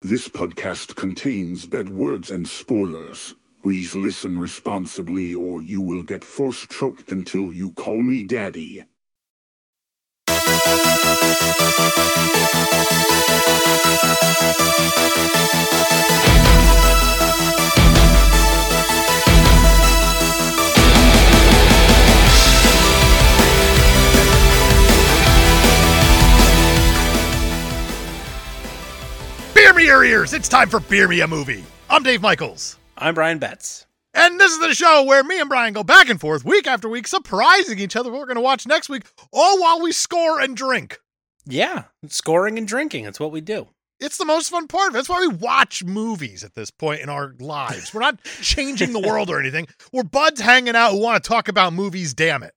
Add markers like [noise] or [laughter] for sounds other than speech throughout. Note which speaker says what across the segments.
Speaker 1: This podcast contains bad words and spoilers. Please listen responsibly or you will get force choked until you call me daddy.
Speaker 2: Beer me your ears. It's time for Beer Me a Movie. I'm Dave Michaels.
Speaker 3: I'm Brian Betts.
Speaker 2: And this is the show where me and Brian go back and forth week after week, surprising each other what we're going to watch next week, all while we score and drink.
Speaker 3: Yeah, scoring and drinking. It's what we do.
Speaker 2: It's the most fun part of it. That's why we watch movies at this point in our lives. We're not changing the world or anything. We're buds hanging out who want to talk about movies, damn it.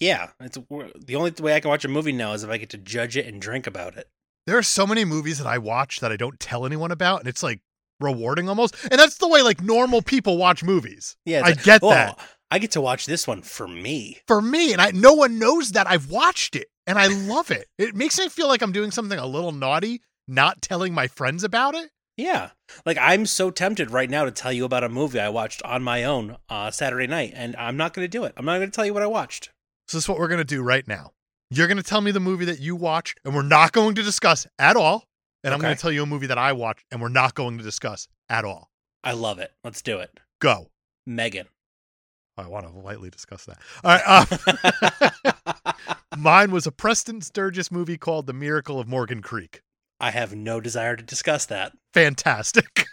Speaker 3: Yeah, it's we're- the only way I can watch a movie now is if I get to judge it and drink about it.
Speaker 2: there are so many movies that I watch that I don't tell anyone about, and it's like rewarding almost. And that's the way like normal people watch movies.
Speaker 3: Yeah, it's
Speaker 2: I
Speaker 3: like,
Speaker 2: get
Speaker 3: "Oh,
Speaker 2: that.
Speaker 3: I get to watch this one for me.
Speaker 2: For me, and I no one knows that I've watched it, and I love it. It makes me feel like I'm doing something a little naughty, not telling my friends about it.
Speaker 3: Yeah, like I'm so tempted right now to tell you about a movie I watched on my own uh, Saturday night, and I'm not going to do it. I'm not going to tell you what I watched.
Speaker 2: So this is what we're gonna do right now. You're gonna tell me the movie that you watched, and we're not going to discuss at all. And I'm
Speaker 3: Okay.
Speaker 2: gonna tell you a movie that I watched, and we're not going to discuss at all.
Speaker 3: I love it. Let's do it,
Speaker 2: Go. Oh,
Speaker 3: Megan. [laughs]
Speaker 2: I want to lightly discuss that. All right. Uh, Mine was a Preston Sturgis movie called The Miracle of Morgan Creek.
Speaker 3: I have no desire to discuss that.
Speaker 2: Fantastic.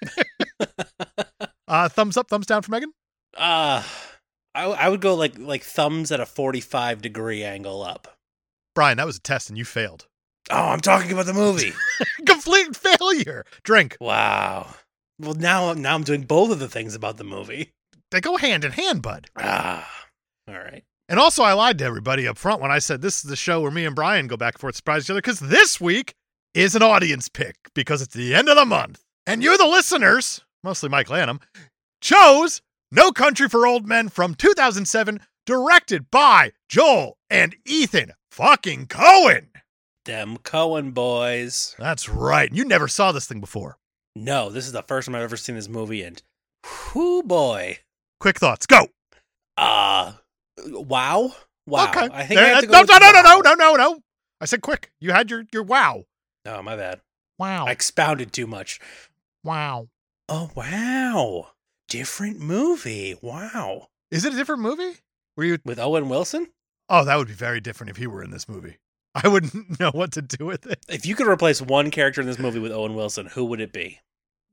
Speaker 2: [laughs] uh, thumbs up, thumbs down for Megan.
Speaker 3: Uh I I would go like like thumbs at a 45 degree angle up.
Speaker 2: Brian, that was a test and you failed.
Speaker 3: Oh, I'm talking about
Speaker 2: [laughs]
Speaker 3: the movie.
Speaker 2: Complete failure. Drink.
Speaker 3: Wow. Well, now now I'm doing both of the things about the movie.
Speaker 2: They go hand in hand, bud.
Speaker 3: Ah. All right.
Speaker 2: And also, I lied to everybody up front when I said this is the show where me and Brian go back and forth, surprise each other, because this week is an audience pick because it's the end of the month. And you, the listeners, mostly Mike Lanham, chose No Country for Old Men from 2007, directed by Joel and Ethan fucking Cohen.
Speaker 3: Them Cohen boys.
Speaker 2: That's right. You never saw this thing before.
Speaker 3: No, this is the first time I've ever seen this movie and whoo boy.
Speaker 2: Quick thoughts. Go.
Speaker 3: Uh wow. Wow.
Speaker 2: Okay.
Speaker 3: I think I
Speaker 2: There-
Speaker 3: have to
Speaker 2: Uh,
Speaker 3: go
Speaker 2: no,
Speaker 3: with
Speaker 2: no, no, no, no,
Speaker 3: wow.
Speaker 2: no, no, no. I said quick. You had your, your wow.
Speaker 3: Oh, my bad.
Speaker 2: Wow.
Speaker 3: I expounded too much.
Speaker 2: wow.
Speaker 3: Oh, wow. Different movie. Wow.
Speaker 2: Is it a different movie? Were you
Speaker 3: With Owen Wilson?
Speaker 2: Oh, that would be very different if he were in this movie. [laughs] I wouldn't [laughs] know what to do with it.
Speaker 3: If you could replace one character in this movie with Owen Wilson, who would it be?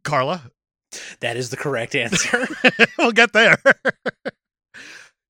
Speaker 2: Carla, [laughs]
Speaker 3: That is the correct answer.
Speaker 2: we'll get there. [laughs]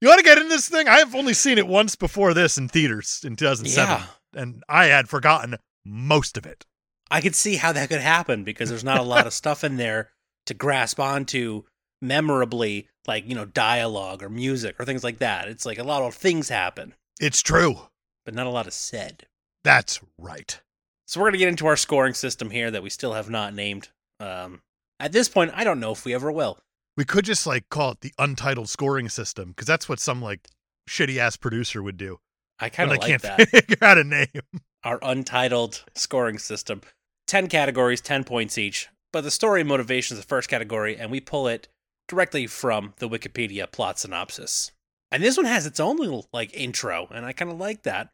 Speaker 2: you want to get in this thing? I've only seen it once before this in theaters in 2007,
Speaker 3: yeah.
Speaker 2: and I had forgotten most of it.
Speaker 3: I could see how that could happen because there's not a lot
Speaker 2: [laughs]
Speaker 3: of stuff in there to grasp onto memorably, like, you know, dialogue or music or things like that. It's like a lot of things happen,
Speaker 2: It's true.
Speaker 3: but not a lot is said.
Speaker 2: That's right.
Speaker 3: So we're going to get into our scoring system here that we still have not named. Um, at this point, I don't know if we ever will.
Speaker 2: We could just like call it the untitled scoring system because that's what some like shitty ass producer would do.
Speaker 3: I
Speaker 2: when
Speaker 3: kind of
Speaker 2: they
Speaker 3: like
Speaker 2: [laughs]
Speaker 3: that.
Speaker 2: can't figure out a name. [laughs]
Speaker 3: our untitled scoring system. 10 categories, 10 points each. But the story and motivation is the first category, and we pull it directly from the Wikipedia plot synopsis. And this one has its own little like intro, and I kind of like that.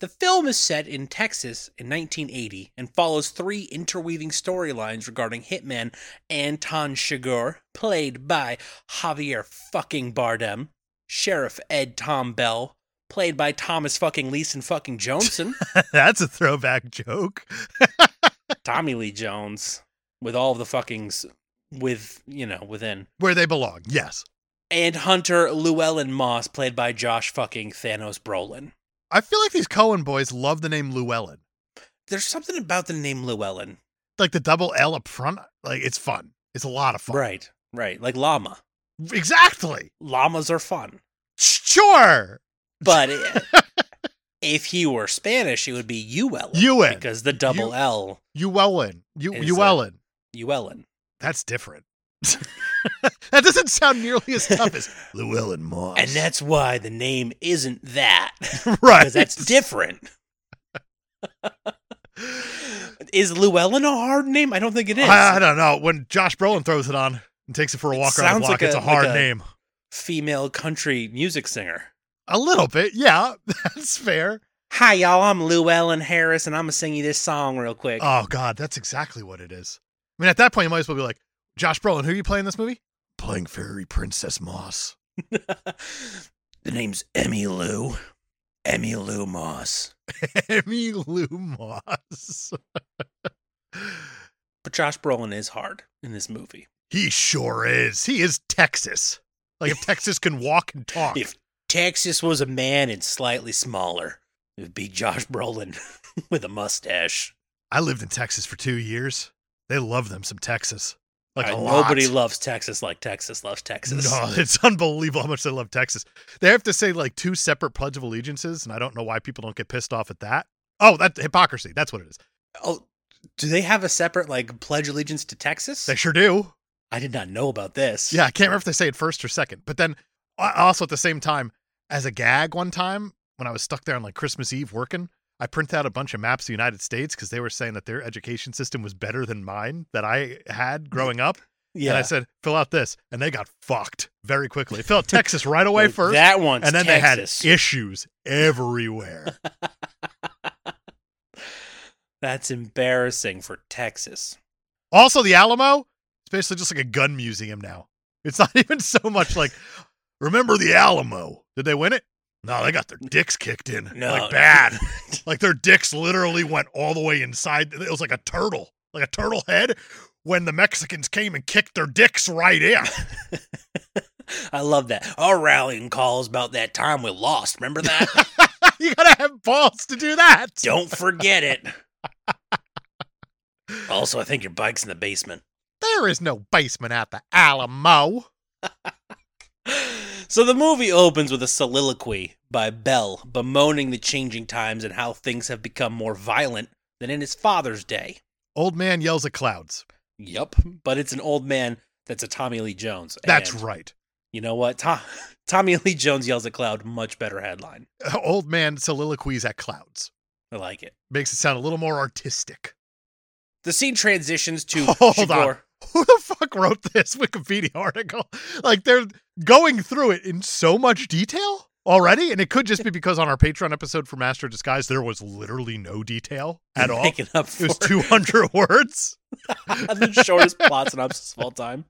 Speaker 3: The film is set in Texas in 1980 and follows three interweaving storylines regarding hitman Anton Chigurh, played by Javier fucking Bardem, Sheriff Ed Tom Bell, played by Thomas fucking Leeson fucking Johnson,
Speaker 2: that's a throwback joke.
Speaker 3: Tommy Lee Jones with all the fuckings with you know within
Speaker 2: Where they belong. Yes.
Speaker 3: and Hunter Llewellyn Moss played by Josh fucking Thanos Brolin.
Speaker 2: I feel like these Cohen boys love the name Llewellyn.
Speaker 3: There's something about the name Llewellyn,
Speaker 2: like the double L up front, like it's fun. It's a lot of fun.
Speaker 3: right? Right, like llama.
Speaker 2: Exactly.
Speaker 3: Llamas are [laughs] fun,
Speaker 2: Sure.
Speaker 3: but i- if he were Spanish, it would be Llewellyn.
Speaker 2: Llewellyn.
Speaker 3: because the double
Speaker 2: Lle-
Speaker 3: L,
Speaker 2: Llewellyn. You
Speaker 3: Is it-
Speaker 2: Llewellyn.
Speaker 3: Llewellyn.
Speaker 2: That's different. [laughs] that doesn't sound nearly as tough
Speaker 3: [laughs]
Speaker 2: as Llewellyn Moss. [laughs]
Speaker 3: And that's why the name isn't [laughs] that
Speaker 2: [laughs] right.
Speaker 3: because that's different. Is Llewellyn a hard name? I don't think it is.
Speaker 2: I, I don't know. When Josh Brolin throws it on and takes it for a walk around
Speaker 3: sounds
Speaker 2: the block,
Speaker 3: like
Speaker 2: it's
Speaker 3: a-
Speaker 2: a hard
Speaker 3: like a-
Speaker 2: name.
Speaker 3: Female country music singer.
Speaker 2: A little bit, yeah. [laughs] That's fair.
Speaker 3: Hi, y'all. I'm Llewellyn Harris, and I'm gonna sing you this song real quick.
Speaker 2: Oh God, that's exactly what it is. I mean, at that point, you might as well be like, Josh Brolin, who are you playing in this movie? Playing Fairy Princess Moss.
Speaker 3: [laughs] the name's Emmy Lou. Emmy Lou Moss.
Speaker 2: [laughs] Emmy Lou Moss. [laughs]
Speaker 3: But Josh Brolin is hard in this movie.
Speaker 2: he sure is. He is Texas. Like if Texas can walk and talk.
Speaker 3: If Texas was a man and slightly smaller, it would be Josh Brolin [laughs] with a mustache.
Speaker 2: I lived in Texas for two years. They love them some Texas. Like
Speaker 3: Uh,
Speaker 2: a
Speaker 3: nobody
Speaker 2: lot.
Speaker 3: loves Texas like Texas loves Texas.
Speaker 2: No, [laughs] it's unbelievable how much they love Texas. They have to say like two separate Pledge of Allegiances, and I don't know why people don't get pissed off at that. Oh, that's hypocrisy. That's what it is.
Speaker 3: [laughs] Oh, do they have a separate like pledge allegiance to Texas?
Speaker 2: They sure do.
Speaker 3: I did not know about this.
Speaker 2: Yeah, I can't remember if they say it first or second. But then I- also at the same time, as a gag one time when I was stuck there on like Christmas Eve working, I printed out a bunch of maps of the United States because they were saying that their education system was better than mine that I had growing up.
Speaker 3: yeah.
Speaker 2: And I said, fill out this. And they got fucked very quickly. They filled out Texas right
Speaker 3: [laughs]
Speaker 2: away
Speaker 3: Like,
Speaker 2: first.
Speaker 3: That one's
Speaker 2: and then
Speaker 3: Texas.
Speaker 2: they had issues everywhere.
Speaker 3: That's embarrassing for Texas.
Speaker 2: also, the Alamo, it's basically just like a gun museum now. It's not [laughs] even so much like, remember the Alamo? Did they win it? No, they got their dicks kicked in.
Speaker 3: No.
Speaker 2: Like bad. Like their dicks literally went all the way inside. It was like a turtle, like a turtle head when the Mexicans came and kicked their dicks right in.
Speaker 3: [laughs]
Speaker 2: [laughs]
Speaker 3: I love that. Our rallying calls about that time we lost.
Speaker 2: [laughs]
Speaker 3: Remember that?
Speaker 2: you gotta have balls to do that.
Speaker 3: Don't
Speaker 2: [laughs]
Speaker 3: forget it. Also, I think your bike's in the basement. [gasps]
Speaker 2: There is no basement at the Alamo.
Speaker 3: So the movie opens with a soliloquy by Bell bemoaning the changing times and how things have become more violent than in his father's day.
Speaker 2: Old man yells at clouds.
Speaker 3: Yup, but it's an old man that's a Tommy Lee Jones.
Speaker 2: That's
Speaker 3: And
Speaker 2: right. [laughs]
Speaker 3: You know what? Tom- [laughs] Tommy Lee Jones yells at cloud. Much better headline.
Speaker 2: Old man soliloquies at clouds.
Speaker 3: I like it.
Speaker 2: Makes it sound a little more artistic.
Speaker 3: The scene transitions to
Speaker 2: [laughs] Hold on.
Speaker 3: Shigor-
Speaker 2: [laughs] Who the fuck wrote this Wikipedia article? [laughs] Like they're going through it in so much detail already. And it could just be because on our Patreon episode for Master of Disguise, there was literally no detail
Speaker 3: [laughs]
Speaker 2: at all. It
Speaker 3: Making up for
Speaker 2: was
Speaker 3: [laughs]
Speaker 2: 200 [laughs] words.
Speaker 3: the shortest plot synopsis of all time.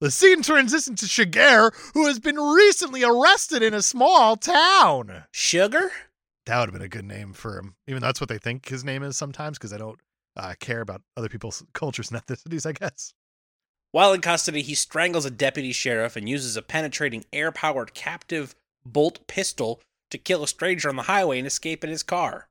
Speaker 2: The scene transitions to Shiger, who has been recently arrested in a small town.
Speaker 3: Sugar?
Speaker 2: that would have been a good name for him. Even though that's what they think his name is sometimes, because I don't uh, care about other people's [laughs] cultures and ethnicities. I guess
Speaker 3: While in custody, he strangles a deputy sheriff and uses a penetrating air powered captive bolt pistol to kill a stranger on the highway and escape in his car.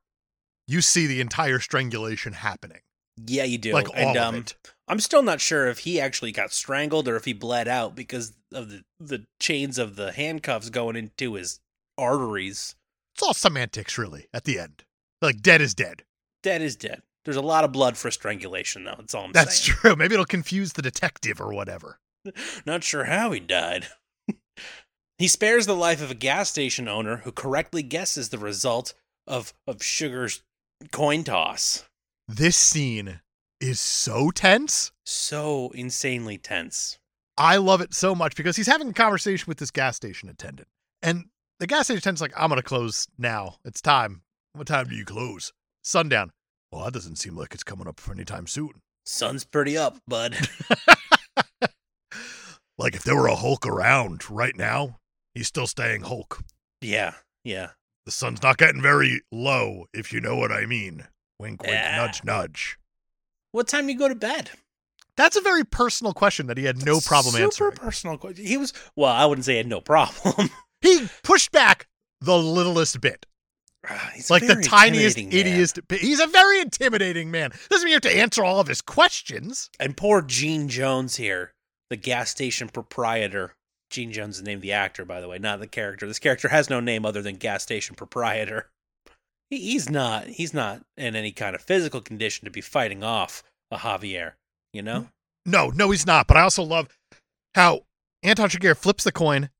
Speaker 2: you see the entire strangulation happening,
Speaker 3: Yeah, you do.
Speaker 2: like all
Speaker 3: and
Speaker 2: of
Speaker 3: um,
Speaker 2: it.
Speaker 3: I'm still not sure if he actually got strangled or if he bled out because of the, the chains of the handcuffs going into his arteries.
Speaker 2: It's all semantics, really. At the end, like dead is dead.
Speaker 3: Dead is dead. There's a lot of blood for strangulation, though. That's all I'm
Speaker 2: That's
Speaker 3: saying.
Speaker 2: true. [laughs] Maybe it'll confuse the detective or whatever.
Speaker 3: Not sure how he died. [laughs] he spares the life of a gas station owner who correctly guesses the result of, of Sugar's coin toss.
Speaker 2: This scene is so tense.
Speaker 3: So insanely tense.
Speaker 2: I love it so much because he's having a conversation with this gas station attendant, and the gas station attendant's like, "I'm gonna close now. It's time. What time do you close? Sundown." Well, that doesn't seem like it's coming up for any time soon.
Speaker 3: Sun's pretty up, bud. [laughs]
Speaker 2: Like if there were a Hulk around right now, he's still staying Hulk.
Speaker 3: yeah, yeah.
Speaker 2: The sun's not getting very low, if you know what I mean. Wink, wink,
Speaker 3: Yeah.
Speaker 2: nudge, nudge.
Speaker 3: What time you go to bed?
Speaker 2: That's a very personal question that he had no problem
Speaker 3: Super
Speaker 2: answering.
Speaker 3: personal question. He was, well, I wouldn't say he had no problem. [laughs]
Speaker 2: He pushed back the littlest bit,
Speaker 3: Ah, He's
Speaker 2: like the
Speaker 3: very
Speaker 2: tiniest,
Speaker 3: intimidating man.
Speaker 2: ittiest bit. He's a very intimidating man. Doesn't mean you have to answer all of his questions.
Speaker 3: And poor Gene Jones here, the gas station proprietor. Gene Jones is named the actor, by the way, not the character. This character has no name other than gas station proprietor. [laughs] He, he's not. He's not in any kind of physical condition to be fighting off a Javier. You
Speaker 2: Mm.
Speaker 3: know,
Speaker 2: No, no, he's not. But I also love how Anton Chigurh flips the coin,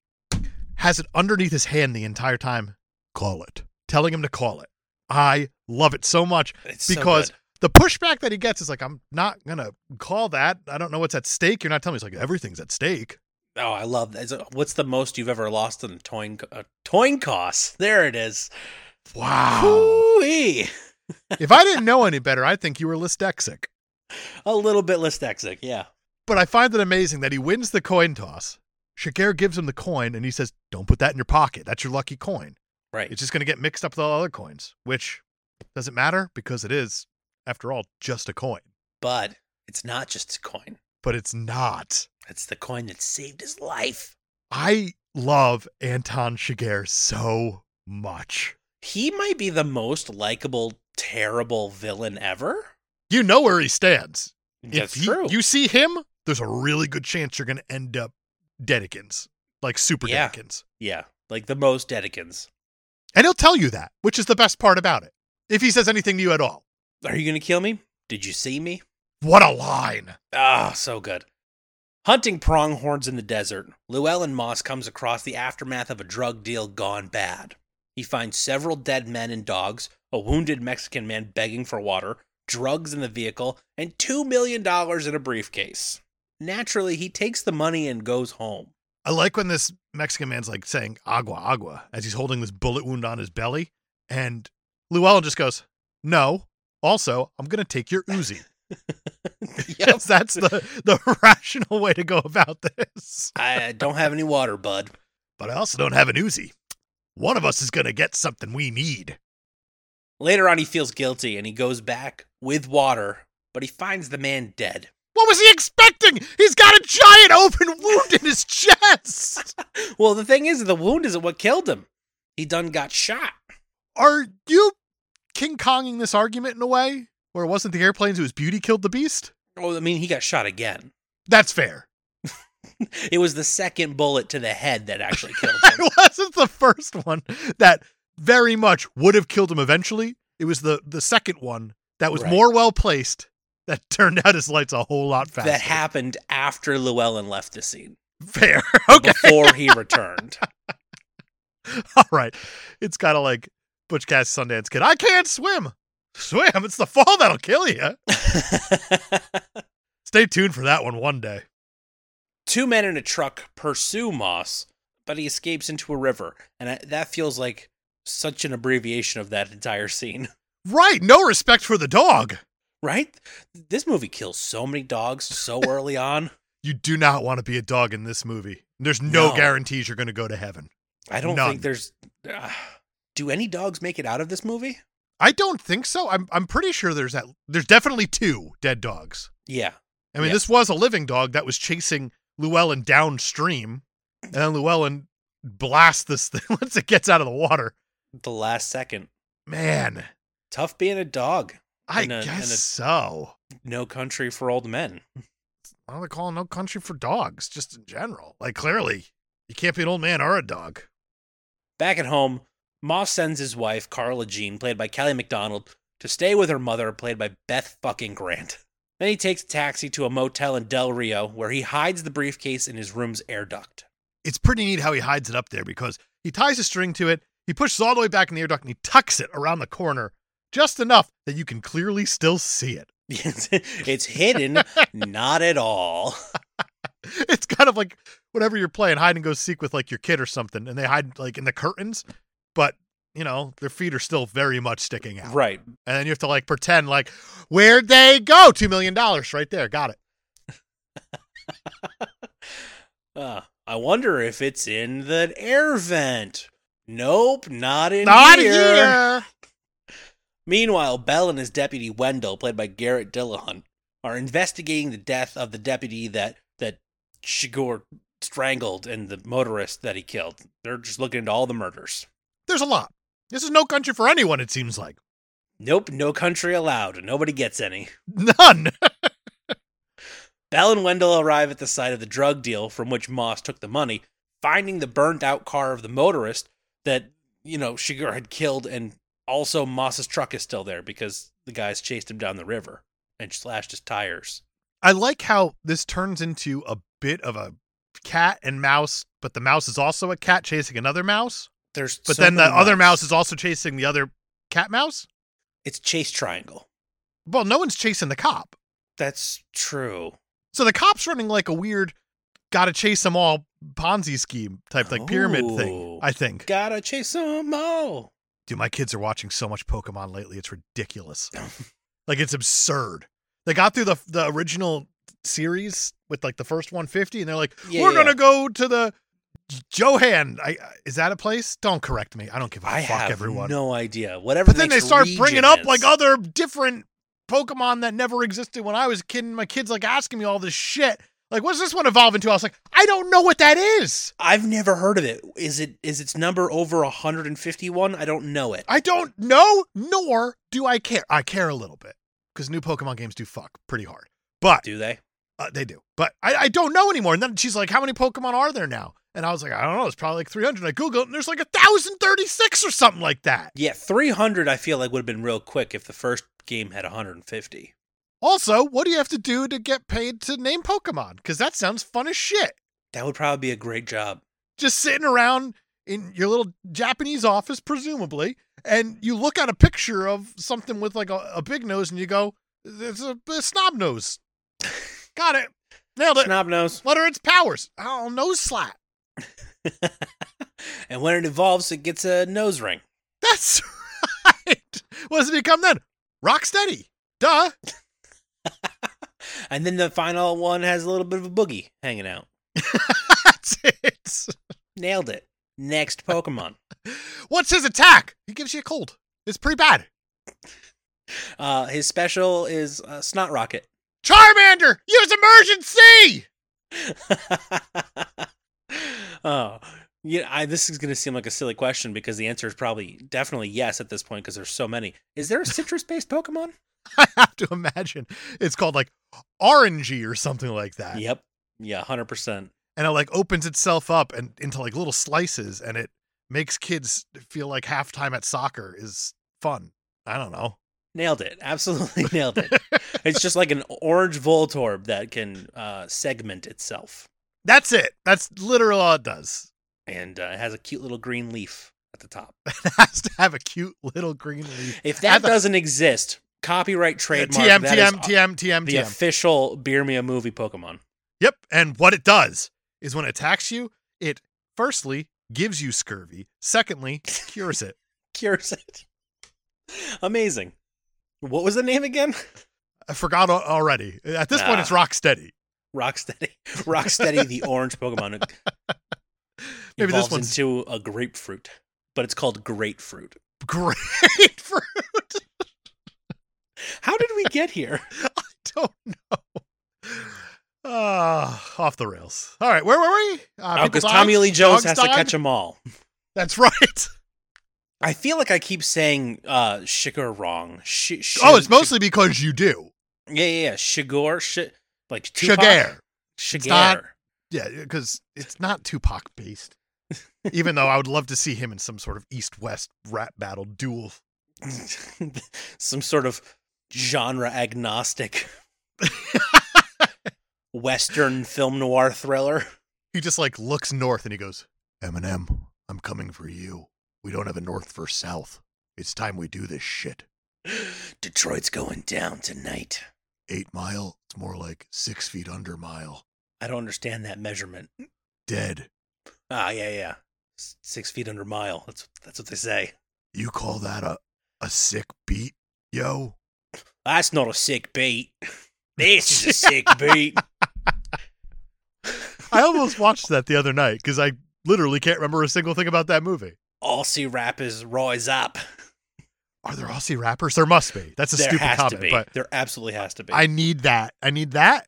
Speaker 2: has it underneath his hand the entire time. Call it. Telling him to call it. I love it so much
Speaker 3: it's so
Speaker 2: because
Speaker 3: good.
Speaker 2: the pushback that he gets is like, I'm not gonna call that. I don't know what's at stake. You're not telling me. It's like everything's at stake.
Speaker 3: Oh, I love that. It's a- What's the most you've ever lost in a toying co- a toying cost? There it is.
Speaker 2: Wow.
Speaker 3: Ooh-wee.
Speaker 2: if I didn't know any better, I think you were listexic.
Speaker 3: A little bit listexic, yeah.
Speaker 2: But I find it amazing that he wins the coin toss. Shigeru gives him the coin and he says, Don't put that in your pocket. That's your lucky coin.
Speaker 3: Right.
Speaker 2: It's just going to get mixed up with all other coins, which doesn't matter because it is, after all, just a coin.
Speaker 3: but it's not just a coin.
Speaker 2: But it's not.
Speaker 3: It's the coin that saved his life.
Speaker 2: I love Anton Shiger so much.
Speaker 3: He might be the most likable, terrible villain ever.
Speaker 2: You know where he stands.
Speaker 3: That's
Speaker 2: if you,
Speaker 3: true.
Speaker 2: you see him, there's a really good chance you're going to end up Dedekins, like super
Speaker 3: Yeah.
Speaker 2: Dedekins.
Speaker 3: yeah, like the most Dedekins.
Speaker 2: And he'll tell you that, which is the best part about it. If he says anything to you at all.
Speaker 3: Are you going to kill me? Did you see me?
Speaker 2: What a line.
Speaker 3: Ah, so good. Hunting pronghorns in the desert, Llewellyn Moss comes across the aftermath of a drug deal gone bad. He finds several dead men and dogs, a wounded Mexican man begging for water, drugs in the vehicle, and $2 million in a briefcase. Naturally, he takes the money and goes home. [laughs]
Speaker 2: I like when this Mexican man's like saying agua, agua, as he's holding this bullet wound on his belly. And Llewellyn just goes, No. Also, I'm going to take your Uzi.
Speaker 3: Yep.
Speaker 2: Yes, [laughs]
Speaker 3: [laughs]
Speaker 2: that's the, the [laughs] rational way to go about this.
Speaker 3: I don't have any water, bud.
Speaker 2: But I also don't have an Uzi. One of us is going to get something we need.
Speaker 3: Later on, he feels guilty and he goes back with water, but he finds the man dead.
Speaker 2: What was he expecting? He's got a giant open wound in his chest.
Speaker 3: Well, the thing is, the wound isn't what killed him. He done got shot.
Speaker 2: Are you King Konging this argument in a way where it wasn't the airplanes, it was beauty killed the beast?
Speaker 3: Well, Oh, I mean, he got shot again. [laughs]
Speaker 2: That's fair. [laughs]
Speaker 3: It was the second bullet to the head
Speaker 2: [laughs]
Speaker 3: that actually killed him.
Speaker 2: It wasn't the first one that very much would have killed him eventually. It was the, the second one that was
Speaker 3: Right.
Speaker 2: more well placed that [laughs] turned out his lights a whole lot faster.
Speaker 3: that happened after Llewellyn left the scene,
Speaker 2: [laughs] fair. [laughs] okay. [laughs]
Speaker 3: before he returned. [laughs]
Speaker 2: All right. It's kind of like Butch Cass Sundance Kid. I can't swim. Swim. It's the fall that'll kill you. Stay tuned for that one one day.
Speaker 3: Two men in a truck pursue Moss, but he escapes into a river, and I- that feels like such an abbreviation of that entire scene,
Speaker 2: Right. No respect for the dog.
Speaker 3: right? This movie kills so many dogs so early on.
Speaker 2: You do not want to be a dog in this movie. There's no,
Speaker 3: No.
Speaker 2: guarantees you're going to go to heaven.
Speaker 3: I don't
Speaker 2: None.
Speaker 3: think there's. Uh, do any dogs make it out of this movie?
Speaker 2: I don't think so. I'm I'm pretty sure there's that. There's definitely two dead dogs.
Speaker 3: Yeah,
Speaker 2: I mean,
Speaker 3: Yeah.
Speaker 2: this was a living dog that was chasing Llewellyn downstream, and then Llewellyn blasts this thing [laughs] once it gets out of the water.
Speaker 3: the last second.
Speaker 2: Man,
Speaker 3: Tough being a dog.
Speaker 2: I
Speaker 3: And a- and
Speaker 2: guess
Speaker 3: a-
Speaker 2: so.
Speaker 3: No country for old men.
Speaker 2: Why don't they call it no country for dogs? Just in general, like clearly, you can't be an old man or a dog.
Speaker 3: Back at home, Moss sends his wife, Carla Jean, played by Kelly McDonald, to stay with her mother, played by Beth fucking Grant. Then he takes a taxi to a motel in Del Rio where he hides the briefcase in his room's air duct. [laughs]
Speaker 2: it's pretty neat how he hides it up there because he ties a string to it, he pushes all the way back in the air duct, and he tucks it around the corner just enough that you can clearly still see it. [laughs]
Speaker 3: it's it's hidden, not at all.
Speaker 2: It's kind of like whenever you're playing hide and go seek with like your kid or something, and they hide like in the curtains, but you know their feet are still very much sticking out,
Speaker 3: Right.
Speaker 2: and then you have to like pretend like where'd they go? Two million dollars right there, got it.
Speaker 3: Uh, I wonder if it's in the air vent. Nope, not in
Speaker 2: Not
Speaker 3: here.
Speaker 2: here.
Speaker 3: Meanwhile, Bell and his deputy Wendell, played by Garrett Dillahunt, are investigating the death of the deputy that that Shigor strangled and the motorist that he killed. They're just looking into all the murders.
Speaker 2: There's a lot. This is no country for anyone. It seems like
Speaker 3: Nope, no country allowed. Nobody gets any.
Speaker 2: none.
Speaker 3: Bell and Wendell arrive at the site of the drug deal from which Moss took the money, finding the burnt out car of the motorist that, you know, Shigor had killed, and also Moss's truck is still there because the guys chased him down the river and slashed his tires.
Speaker 2: I like how this turns into a bit of a cat and mouse, but the mouse is also a cat chasing another mouse.
Speaker 3: There's
Speaker 2: But
Speaker 3: so
Speaker 2: then the
Speaker 3: many
Speaker 2: other
Speaker 3: mice.
Speaker 2: mouse is also chasing the other cat mouse.
Speaker 3: It's chase triangle.
Speaker 2: Well, no one's chasing the cop.
Speaker 3: That's true.
Speaker 2: So the cop's running like a weird, gotta chase them all Ponzi scheme type, like pyramid thing,
Speaker 3: Oh.
Speaker 2: I think.
Speaker 3: Gotta chase them all.
Speaker 2: Dude, my kids are watching so much Pokemon lately. It's ridiculous. [laughs] like, it's absurd. They got through the, the original series with like the first 150, and they're like,
Speaker 3: Yeah,
Speaker 2: we're
Speaker 3: yeah.
Speaker 2: gonna go to the Johan. I, is that a place? Don't correct me. I don't give a
Speaker 3: I
Speaker 2: fuck,
Speaker 3: have
Speaker 2: everyone.
Speaker 3: no idea. Whatever.
Speaker 2: But
Speaker 3: the
Speaker 2: then they
Speaker 3: next
Speaker 2: start bringing
Speaker 3: region
Speaker 2: up
Speaker 3: is.
Speaker 2: like oh other different Pokemon that never existed when I was a kid, and my kids like asking me all this shit. Like, what's this one evolve into? I was like, I don't know what that is.
Speaker 3: I've never heard of it. Is it is its number over 151? I don't know it.
Speaker 2: I don't know, nor do I care. I care a little bit because new Pokemon games do fuck pretty hard, but
Speaker 3: Do they?
Speaker 2: uh, they do. But I, I don't know anymore. And then she's like, How many Pokemon are there now? And I was like, I don't know. It's probably like 300. I Googled it, and there's like 1,036 or something like that.
Speaker 3: Yeah, 300 I feel like would have been real quick if the first game had 150.
Speaker 2: Also, what do you have to do to get paid to name Pokemon? Because that sounds fun as shit.
Speaker 3: That would probably be a great job.
Speaker 2: just sitting around in your little Japanese office, presumably, and you look at a picture of something with like a, a big nose and you go, it's a, a snob nose. Got it. Nailed it.
Speaker 3: Snob nose.
Speaker 2: What are its powers? Oh, nose slap.
Speaker 3: and when it evolves, it gets a nose ring.
Speaker 2: [laughs] That's right. What does it become then? Rocksteady. Duh. [laughs]
Speaker 3: And then the final one has a little bit of a boogie hanging out.
Speaker 2: That's it.
Speaker 3: Nailed it. Next Pokemon.
Speaker 2: What's his attack? He gives you a cold. It's pretty bad.
Speaker 3: uh, his special is uh, Snot Rocket. [laughs]
Speaker 2: Charmander, use emergency.
Speaker 3: oh, yeah. I, this is going to seem like a silly question because the answer is probably definitely yes at this point because there's so many. Is there a citrus-based Pokemon?
Speaker 2: [laughs] I have to imagine it's called like orangey or something like that.
Speaker 3: Yep. Yeah, hundred percent.
Speaker 2: and it like opens itself up and into like little slices and it makes kids feel like halftime at soccer is fun i don't know
Speaker 3: Nailed it. Absolutely [laughs] nailed it. it's just like an orange Voltorb that can uh, segment itself,
Speaker 2: that's it that's literally all it does [laughs]
Speaker 3: and uh, it has a cute little green leaf at the top.
Speaker 2: it has to have a cute little green leaf
Speaker 3: If
Speaker 2: At
Speaker 3: that
Speaker 2: the-
Speaker 3: doesn't exist, copyright
Speaker 2: Uh,
Speaker 3: trademark.
Speaker 2: tm
Speaker 3: that is
Speaker 2: tm tm tm
Speaker 3: the
Speaker 2: tm
Speaker 3: official Beer Me a Movie Pokemon. [laughs]
Speaker 2: Yep. And what it does is when it attacks you, it firstly gives you scurvy. Secondly, cures it.
Speaker 3: Cures it. Amazing. What was the name again? [laughs]
Speaker 2: I forgot al- already. At this point,
Speaker 3: Ah.
Speaker 2: it's Rocksteady.
Speaker 3: Rocksteady. Rocksteady, the orange Pokemon.
Speaker 2: [laughs] Maybe this
Speaker 3: evolves
Speaker 2: one's
Speaker 3: into a grapefruit, but it's called grapefruit.
Speaker 2: great [laughs] for
Speaker 3: How did we get here?
Speaker 2: [laughs] don't know. Uh, off the rails. All right, where were we? Uh,
Speaker 3: Oh,
Speaker 2: people's
Speaker 3: because Tommy
Speaker 2: eyes?
Speaker 3: Lee Jones
Speaker 2: Dogs
Speaker 3: has to
Speaker 2: died?
Speaker 3: catch them all.
Speaker 2: That's right.
Speaker 3: I feel like I keep saying uh Shigur wrong. Sh- sh-
Speaker 2: Oh, it's mostly because you do.
Speaker 3: yeah, yeah, yeah. Shigur, sh- like Tupac.
Speaker 2: Sugar.
Speaker 3: Shiger.
Speaker 2: not- Yeah, because it's not Tupac based. Even though I would love to see him in some sort of East West rap battle duel.
Speaker 3: [laughs] Some sort of
Speaker 2: [laughs]
Speaker 3: genre agnostic Western film noir thriller.
Speaker 2: He just like looks north and he goes, Eminem, I'm coming for you. We don't have a north versus south. It's time we do this shit.
Speaker 3: Detroit's going down tonight.
Speaker 2: Eight mile, it's more like six feet under mile.
Speaker 3: I don't understand that measurement.
Speaker 2: Dead.
Speaker 3: Ah, yeah, yeah. S- Six feet under mile. That's that's what they say.
Speaker 2: You call that a, a sick beat, yo?
Speaker 3: That's not a sick beat. This is a
Speaker 2: [laughs]
Speaker 3: sick beat.
Speaker 2: [laughs] I almost watched that the other night because I literally can't remember a single thing about that movie.
Speaker 3: Aussie rappers rise up.
Speaker 2: Are there Aussie rappers? There must be. That's a
Speaker 3: there
Speaker 2: stupid
Speaker 3: has
Speaker 2: comment,
Speaker 3: to be.
Speaker 2: but
Speaker 3: there absolutely has to be.
Speaker 2: I need that. I need that.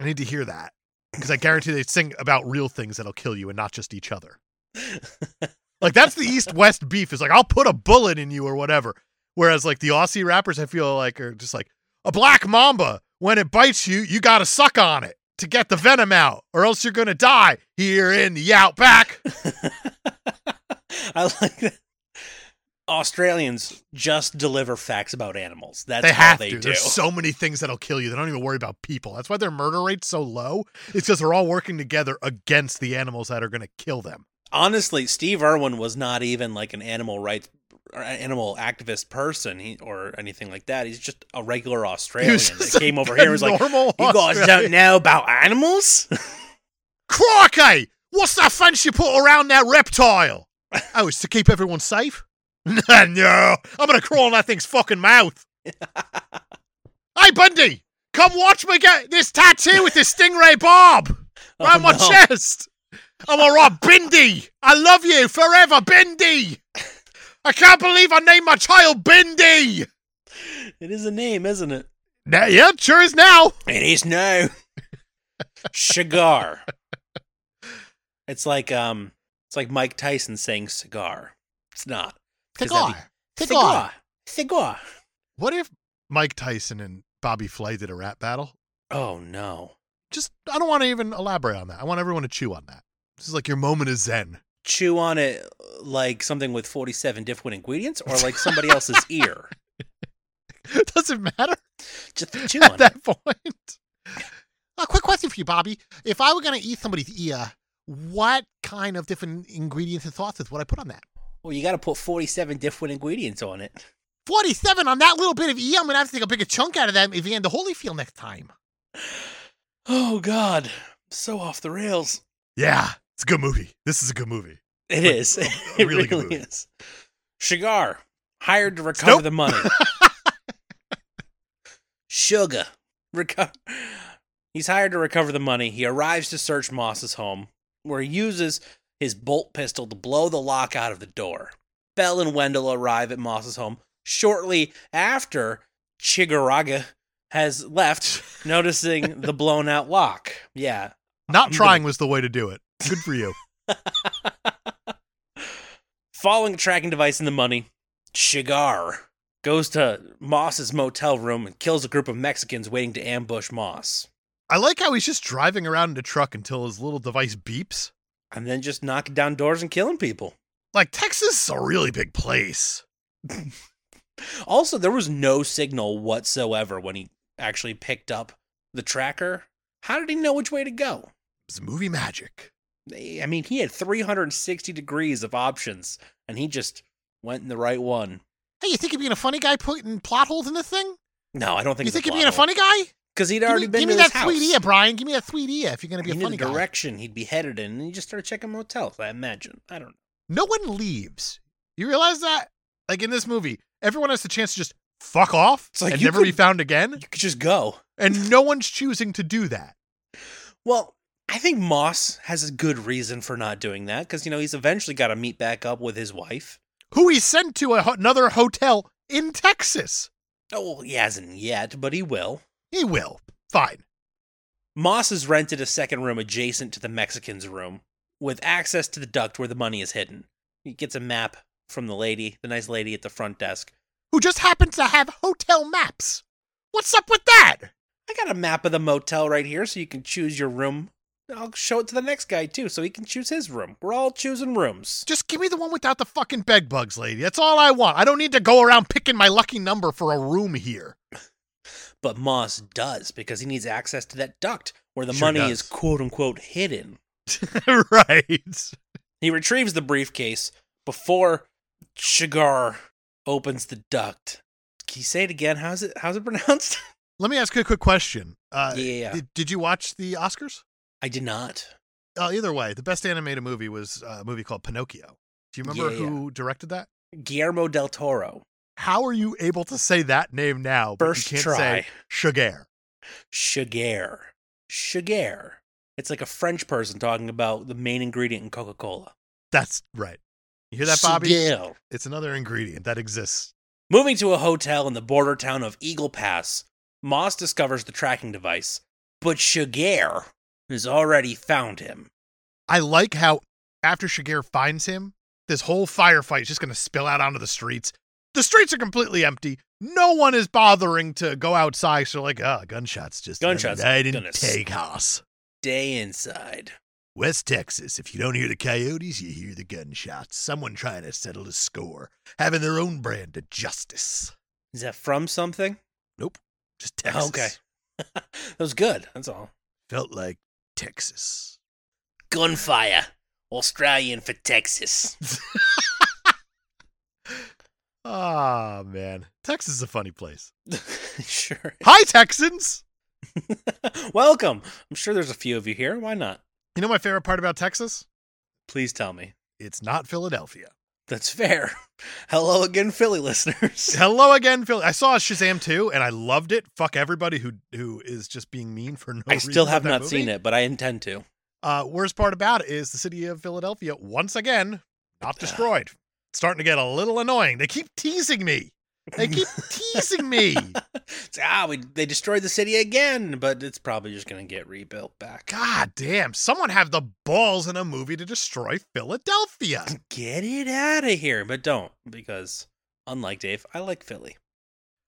Speaker 2: I need to hear that because I guarantee they sing about real things that'll kill you and not just each
Speaker 3: [laughs]
Speaker 2: other. like that's the East-West beef. Is like I'll put a bullet in you or whatever. Whereas like the Aussie rappers, I feel like are just like a black mamba. When it bites you, you gotta suck on it to get the venom out, or else you're gonna die here in the
Speaker 3: [laughs]
Speaker 2: outback.
Speaker 3: [laughs] I like that. Australians just deliver facts about animals. That's
Speaker 2: they
Speaker 3: all
Speaker 2: have
Speaker 3: they
Speaker 2: to.
Speaker 3: do.
Speaker 2: There's so many things that'll kill you. They don't even worry about people. That's why their murder rate's so low. It's because they're all working together against the animals that are going to kill them.
Speaker 3: Honestly, Steve Irwin was not even like an animal rights or an animal activist person he, or anything like that. He's just a regular Australian
Speaker 2: just
Speaker 3: that came over here and was like,
Speaker 2: normal
Speaker 3: You guys
Speaker 2: Australian.
Speaker 3: don't know about animals? [laughs]
Speaker 2: Crikey! What's that fence you put around that
Speaker 3: [laughs]
Speaker 2: reptile? oh, it's to keep everyone safe? [laughs] no, I'm gonna crawl in that thing's fucking
Speaker 3: [laughs]
Speaker 2: mouth. hey, Bundy! Come watch me get this tattoo with this stingray barb
Speaker 3: [laughs] Oh,
Speaker 2: around my
Speaker 3: no.
Speaker 2: chest. I'm alright, Bindi! I love you forever, Bindi! I can't believe I named my child Bindi!
Speaker 3: It is a name, isn't it?
Speaker 2: Now, yeah, sure is now.
Speaker 3: It is no cigar. It's like um, it's like Mike Tyson saying cigar. It's not Because that'd be-
Speaker 2: Cigar. Cigar.
Speaker 3: cigar.
Speaker 2: What if Mike Tyson and Bobby Flay did a rap battle?
Speaker 3: Oh no,
Speaker 2: just I don't want to even elaborate on that. I want everyone to chew on that. This is like your moment of zen. [laughs]
Speaker 3: chew on it like something with forty-seven different ingredients, or like [laughs] somebody else's ear.
Speaker 2: Does it matter
Speaker 3: Just chew
Speaker 2: at
Speaker 3: on it.
Speaker 2: that point? A quick question for you, Bobby. If I were going to eat somebody's ear, what kind of different ingredients and sauces would I put on that?
Speaker 3: Well, you got to put forty-seven different ingredients on it.
Speaker 2: 47 on that little bit of ear. I'm going to have to take a bigger chunk out of that if you end the Holyfield next time.
Speaker 3: Oh God, so off the rails.
Speaker 2: Yeah, it's a good movie. This is a good movie.
Speaker 3: It
Speaker 2: Like,
Speaker 3: is. [laughs]
Speaker 2: a- a
Speaker 3: it
Speaker 2: really
Speaker 3: really,
Speaker 2: good movie.
Speaker 3: is. Sugar hired to recover
Speaker 2: Nope. [laughs]
Speaker 3: the money. Sugar reco- He's hired to recover the money. He arrives to search Moss's home, where he uses his bolt pistol to blow the lock out of the door. Bell and Wendell arrive at Moss's home shortly after Chigaraga
Speaker 2: [laughs]
Speaker 3: has left, noticing the blown out lock. Yeah,
Speaker 2: Not
Speaker 3: I'm gonna-
Speaker 2: trying was the way to do it. Good for you.
Speaker 3: Following a tracking device in the money, Shigar goes to Moss's motel room and kills a group of Mexicans waiting to ambush Moss,
Speaker 2: I like how he's just driving around in a truck until his little device beeps.
Speaker 3: and then just knocking down doors and killing people.
Speaker 2: Like, Texas is a really big place.
Speaker 3: Also, there was no signal whatsoever when he actually picked up the tracker. How did he know which way to go?
Speaker 2: It's movie magic.
Speaker 3: They- I mean, he had 360 degrees of options, and he just went in the right one.
Speaker 2: Hey, you think you're being a funny guy putting plot holes in this thing?
Speaker 3: No, I don't think
Speaker 2: you think you're being a funny guy?
Speaker 3: because he'd
Speaker 2: Give
Speaker 3: already
Speaker 2: me,
Speaker 3: been
Speaker 2: give me
Speaker 3: to
Speaker 2: that
Speaker 3: his house.
Speaker 2: sweet ear, Brian. Give me that sweet ear if you're going to be
Speaker 3: he
Speaker 2: a
Speaker 3: knew
Speaker 2: funny
Speaker 3: the
Speaker 2: guy.
Speaker 3: direction he'd be headed in, and he just started checking motels. I imagine. I don't know.
Speaker 2: No one leaves. You realize that? Like in this movie, everyone has the chance to just fuck off
Speaker 3: It's like
Speaker 2: and
Speaker 3: you
Speaker 2: never be
Speaker 3: could-
Speaker 2: found again,
Speaker 3: You could just go.
Speaker 2: and no one's choosing to do that.
Speaker 3: Well, I think Moss has a good reason for not doing that because you know he's eventually got to meet back up with his wife.
Speaker 2: Who he sent to a, ho- another hotel in Texas?
Speaker 3: Oh, well, he hasn't yet, but he will.
Speaker 2: He will. Fine.
Speaker 3: Moss has rented a second room adjacent to the Mexican's room with access to the duct where the money is hidden. He gets a map from the lady, the nice lady at the front desk.
Speaker 2: Who just happens to have hotel maps? What's up with that?
Speaker 3: I got a map of the motel right here so you can choose your room. I'll show it to the next guy too so he can choose his room. We're all choosing rooms.
Speaker 2: Just give me the one without the fucking bed bugs, lady. That's all I want. I don't need to go around picking my lucky number for a room here. [laughs]
Speaker 3: But Moss does because he needs access to that duct where the
Speaker 2: Sure
Speaker 3: money
Speaker 2: does.
Speaker 3: is quote unquote hidden.
Speaker 2: right.
Speaker 3: He retrieves the briefcase before Shigar opens the duct. Can you say it again? How's it how's it [laughs] pronounced?
Speaker 2: Let me ask you a quick question. Uh,
Speaker 3: yeah.
Speaker 2: Did, did you watch the Oscars?
Speaker 3: I did not.
Speaker 2: Uh, either way, the best animated movie was uh, a movie called Pinocchio. Do you remember
Speaker 3: Yeah, yeah.
Speaker 2: who directed that?
Speaker 3: Guillermo del Toro.
Speaker 2: How are you able to say that name now? But
Speaker 3: First
Speaker 2: you can't
Speaker 3: try.
Speaker 2: say Sugar.
Speaker 3: Shiger. Shiger. It's like a French person talking about the main ingredient in Coca-Cola.
Speaker 2: That's right. You hear that, Bobby?
Speaker 3: Shiger.
Speaker 2: It's another ingredient that exists.
Speaker 3: Moving to a hotel in the border town of Eagle Pass, Moss discovers the tracking device, but Shiger has already found him.
Speaker 2: I like how after Shigeru finds him, this whole firefight is just going to spill out onto the streets. The streets are completely empty. No one is bothering to go outside. So like, ah, gunshots just
Speaker 3: Gunshots,
Speaker 2: I didn't
Speaker 3: goodness.
Speaker 2: take us.
Speaker 3: Day inside.
Speaker 2: West Texas. If you don't hear the coyotes, you hear the gunshots. Someone trying to settle a score, having their own brand of justice.
Speaker 3: Is that from something? [laughs]
Speaker 2: Just Texas.
Speaker 3: Ah, Okay. that was good. That's all.
Speaker 2: Felt like Texas.
Speaker 3: Gunfire. Australian for Texas.
Speaker 2: Ah, man. Texas is a funny place.
Speaker 3: sure.
Speaker 2: Hi, Texans.
Speaker 3: [laughs] Welcome. I'm sure there's a few of you here. Why not?
Speaker 2: You know my favorite part about Texas?
Speaker 3: Please tell me.
Speaker 2: It's not Philadelphia.
Speaker 3: That's fair. [laughs] Hello again,
Speaker 2: [laughs]
Speaker 3: Philly listeners.
Speaker 2: Hello again, Philly. I saw Shazam 2 and I loved it. Fuck everybody who who is just being mean for no
Speaker 3: I
Speaker 2: reason.
Speaker 3: still have
Speaker 2: about that
Speaker 3: not seen
Speaker 2: movie.
Speaker 3: it, but I intend to.
Speaker 2: Uh, worst part about it is the city of Philadelphia, once again, not destroyed. It's starting to get a little annoying. They keep teasing me. They
Speaker 3: [laughs]
Speaker 2: keep teasing me.
Speaker 3: It's, ah, we, they destroyed the city again, but it's probably just going to get rebuilt back.
Speaker 2: God damn. Someone have the balls in a movie to destroy Philadelphia.
Speaker 3: Get it out of here, but don't, because unlike Dave, I like Philly.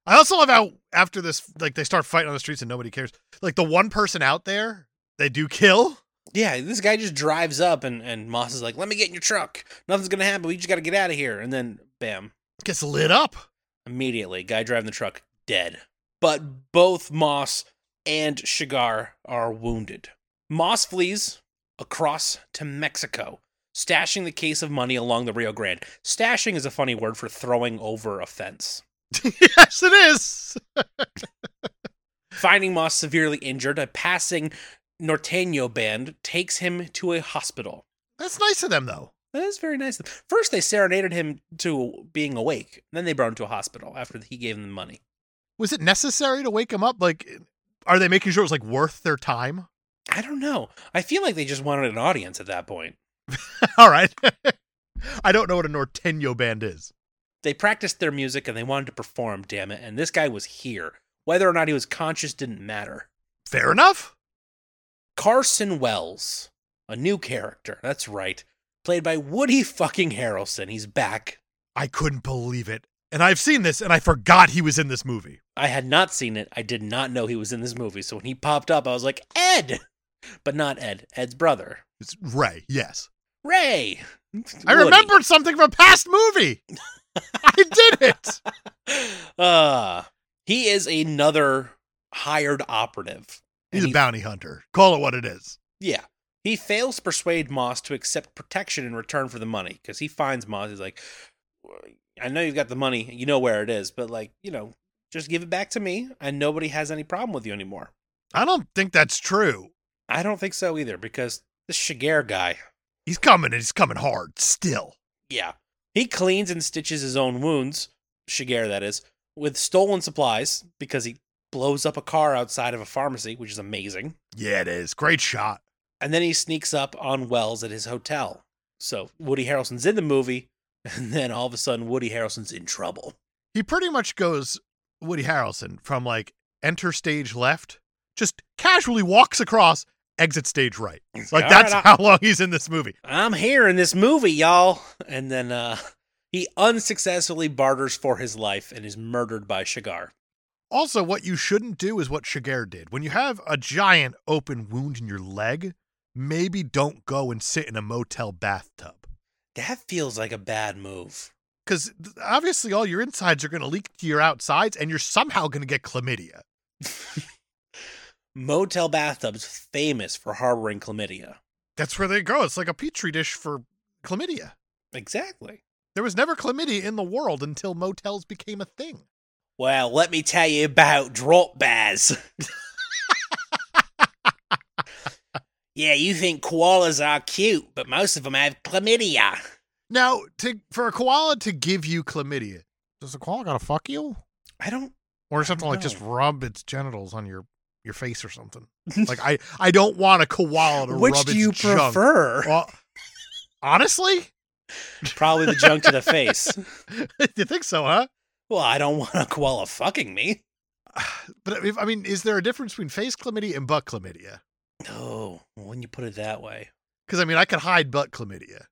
Speaker 2: I also love how after this, like they start fighting on the streets and nobody cares. Like the one person out there they do kill.
Speaker 3: Yeah, this guy just drives up and, and Moss is like, let me get in your truck. Nothing's going to happen. We just got to get out of here. And then, bam,
Speaker 2: gets lit up.
Speaker 3: immediately, guy driving the truck, dead. But both Moss and Shigar are wounded. Moss flees across to Mexico, stashing the case of money along the Rio Grande. Stashing is a funny word for throwing over a fence.
Speaker 2: [laughs] yes, it is.
Speaker 3: Finding Moss severely injured, a passing Norteño band takes him to a hospital.
Speaker 2: That's nice of them, though.
Speaker 3: That is very nice. of them. First, they serenaded him to being awake. Then they brought him to a hospital after he gave them money.
Speaker 2: Was it necessary to wake him up? Like, are they making sure it was like worth their time? [laughs]
Speaker 3: I don't know. I feel like they just wanted an audience at that point.
Speaker 2: All right. [laughs] I don't know what a Norteño band is.
Speaker 3: They practiced their music and they wanted to perform, damn it. And this guy was here. Whether or not he was conscious didn't matter.
Speaker 2: Fair enough.
Speaker 3: Carson Wells, a new character. That's right. Played by Woody fucking Harrelson. He's back.
Speaker 2: I couldn't believe it. And I've seen this and I forgot he was in this movie.
Speaker 3: I had not seen it. I did not know he was in this movie. So when he popped up, I was like, Ed! But not Ed, Ed's brother,
Speaker 2: It's Ray, yes.
Speaker 3: Ray.
Speaker 2: I
Speaker 3: Woody.
Speaker 2: remembered something from a past movie. I did it.
Speaker 3: Uh, he is another hired operative.
Speaker 2: He's
Speaker 3: And
Speaker 2: a bounty hunter. Call it what it is.
Speaker 3: Yeah. He fails to persuade Moss to accept protection in return for the money because he finds Moss. He's like, I know you've got the money, you know where it is, but like, you know, just give it back to me and nobody has any problem with you anymore.
Speaker 2: I don't think that's true.
Speaker 3: I don't think so either because this Shiger guy,
Speaker 2: He's coming and he's coming hard still.
Speaker 3: yeah, he cleans and stitches his own wounds, Shiger that is, with stolen supplies because he blows up a car outside of a pharmacy, which is amazing.
Speaker 2: Yeah, it is. Great shot.
Speaker 3: And then he sneaks up on Wells at his hotel. So Woody Harrelson's in the movie, [laughs] and then all of a sudden Woody Harrelson's in trouble.
Speaker 2: He pretty much goes Woody Harrelson from like enter stage left, just casually walks across, exit stage right. Like
Speaker 3: All
Speaker 2: that's
Speaker 3: right,
Speaker 2: how long he's in this movie.
Speaker 3: I- I'm here in this movie, y'all. [laughs] And then uh he unsuccessfully barters for his life and is murdered by Shigar.
Speaker 2: Also, what you shouldn't do is what Shiger did. When you have a giant open wound in your leg, maybe don't go and sit in a motel bathtub.
Speaker 3: That feels like a bad move.
Speaker 2: Because obviously, all your insides are going to leak to your outsides, and you're somehow going to get chlamydia.
Speaker 3: Motel bathtubs famous for harboring chlamydia.
Speaker 2: That's where they go. It's like a petri dish for chlamydia.
Speaker 3: Exactly.
Speaker 2: There was never chlamydia in the world until motels became a thing.
Speaker 3: Well, let me tell you about drop bears. yeah, you think koalas are cute, but most of them have chlamydia.
Speaker 2: Now, to, for a koala to give you chlamydia, does a koala gotta fuck you,
Speaker 3: I don't.
Speaker 2: or
Speaker 3: don't
Speaker 2: something like just
Speaker 3: know.
Speaker 2: rub its genitals on your your face or something? [laughs] like I I don't want a koala to
Speaker 3: Which
Speaker 2: rub
Speaker 3: do
Speaker 2: its
Speaker 3: you
Speaker 2: junk.
Speaker 3: prefer?
Speaker 2: [laughs] Well, honestly, [laughs]
Speaker 3: Probably the junk to the face.
Speaker 2: you think so, huh? [sighs]
Speaker 3: Well, I don't want a koala fucking me.
Speaker 2: But if, I mean, is there a difference between face chlamydia and butt chlamydia?
Speaker 3: No, Oh, when you put it that way,
Speaker 2: Because I mean, I can hide butt chlamydia.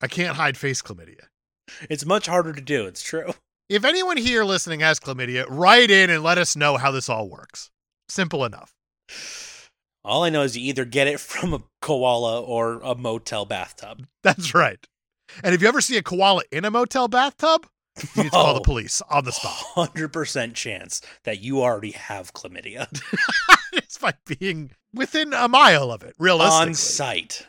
Speaker 2: I can't hide face chlamydia.
Speaker 3: it's much harder to do. It's true.
Speaker 2: If anyone here listening has chlamydia, write in and let us know how this all works. Simple enough.
Speaker 3: All I know is you either get it from a koala or a motel bathtub.
Speaker 2: That's right. And if you ever see a koala in a motel bathtub, you need to call the
Speaker 3: Oh.
Speaker 2: police on the
Speaker 3: [laughs]
Speaker 2: spot.
Speaker 3: Hundred percent chance that you already have chlamydia.
Speaker 2: it's by being within a mile of it, realistically.
Speaker 3: on site.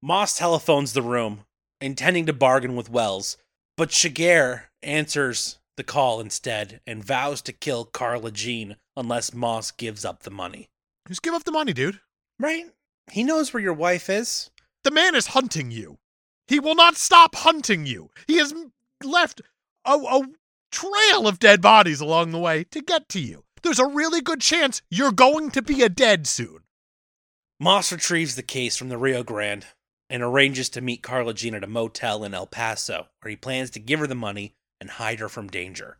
Speaker 3: Moss telephones the room, intending to bargain with Wells, But Shiger answers the call instead and vows to kill Carla Jean unless Moss gives up the money.
Speaker 2: Just give up the money, dude.
Speaker 3: Right? He knows where your wife is.
Speaker 2: The man is hunting you. He will not stop hunting you. He has m- left a, a trail of dead bodies along the way to get to you. There's a really good chance you're going to be a dead soon.
Speaker 3: Moss retrieves the case from the Rio Grande and arranges to meet Carla Jean at a motel in El Paso, where he plans to give her the money and hide her from danger.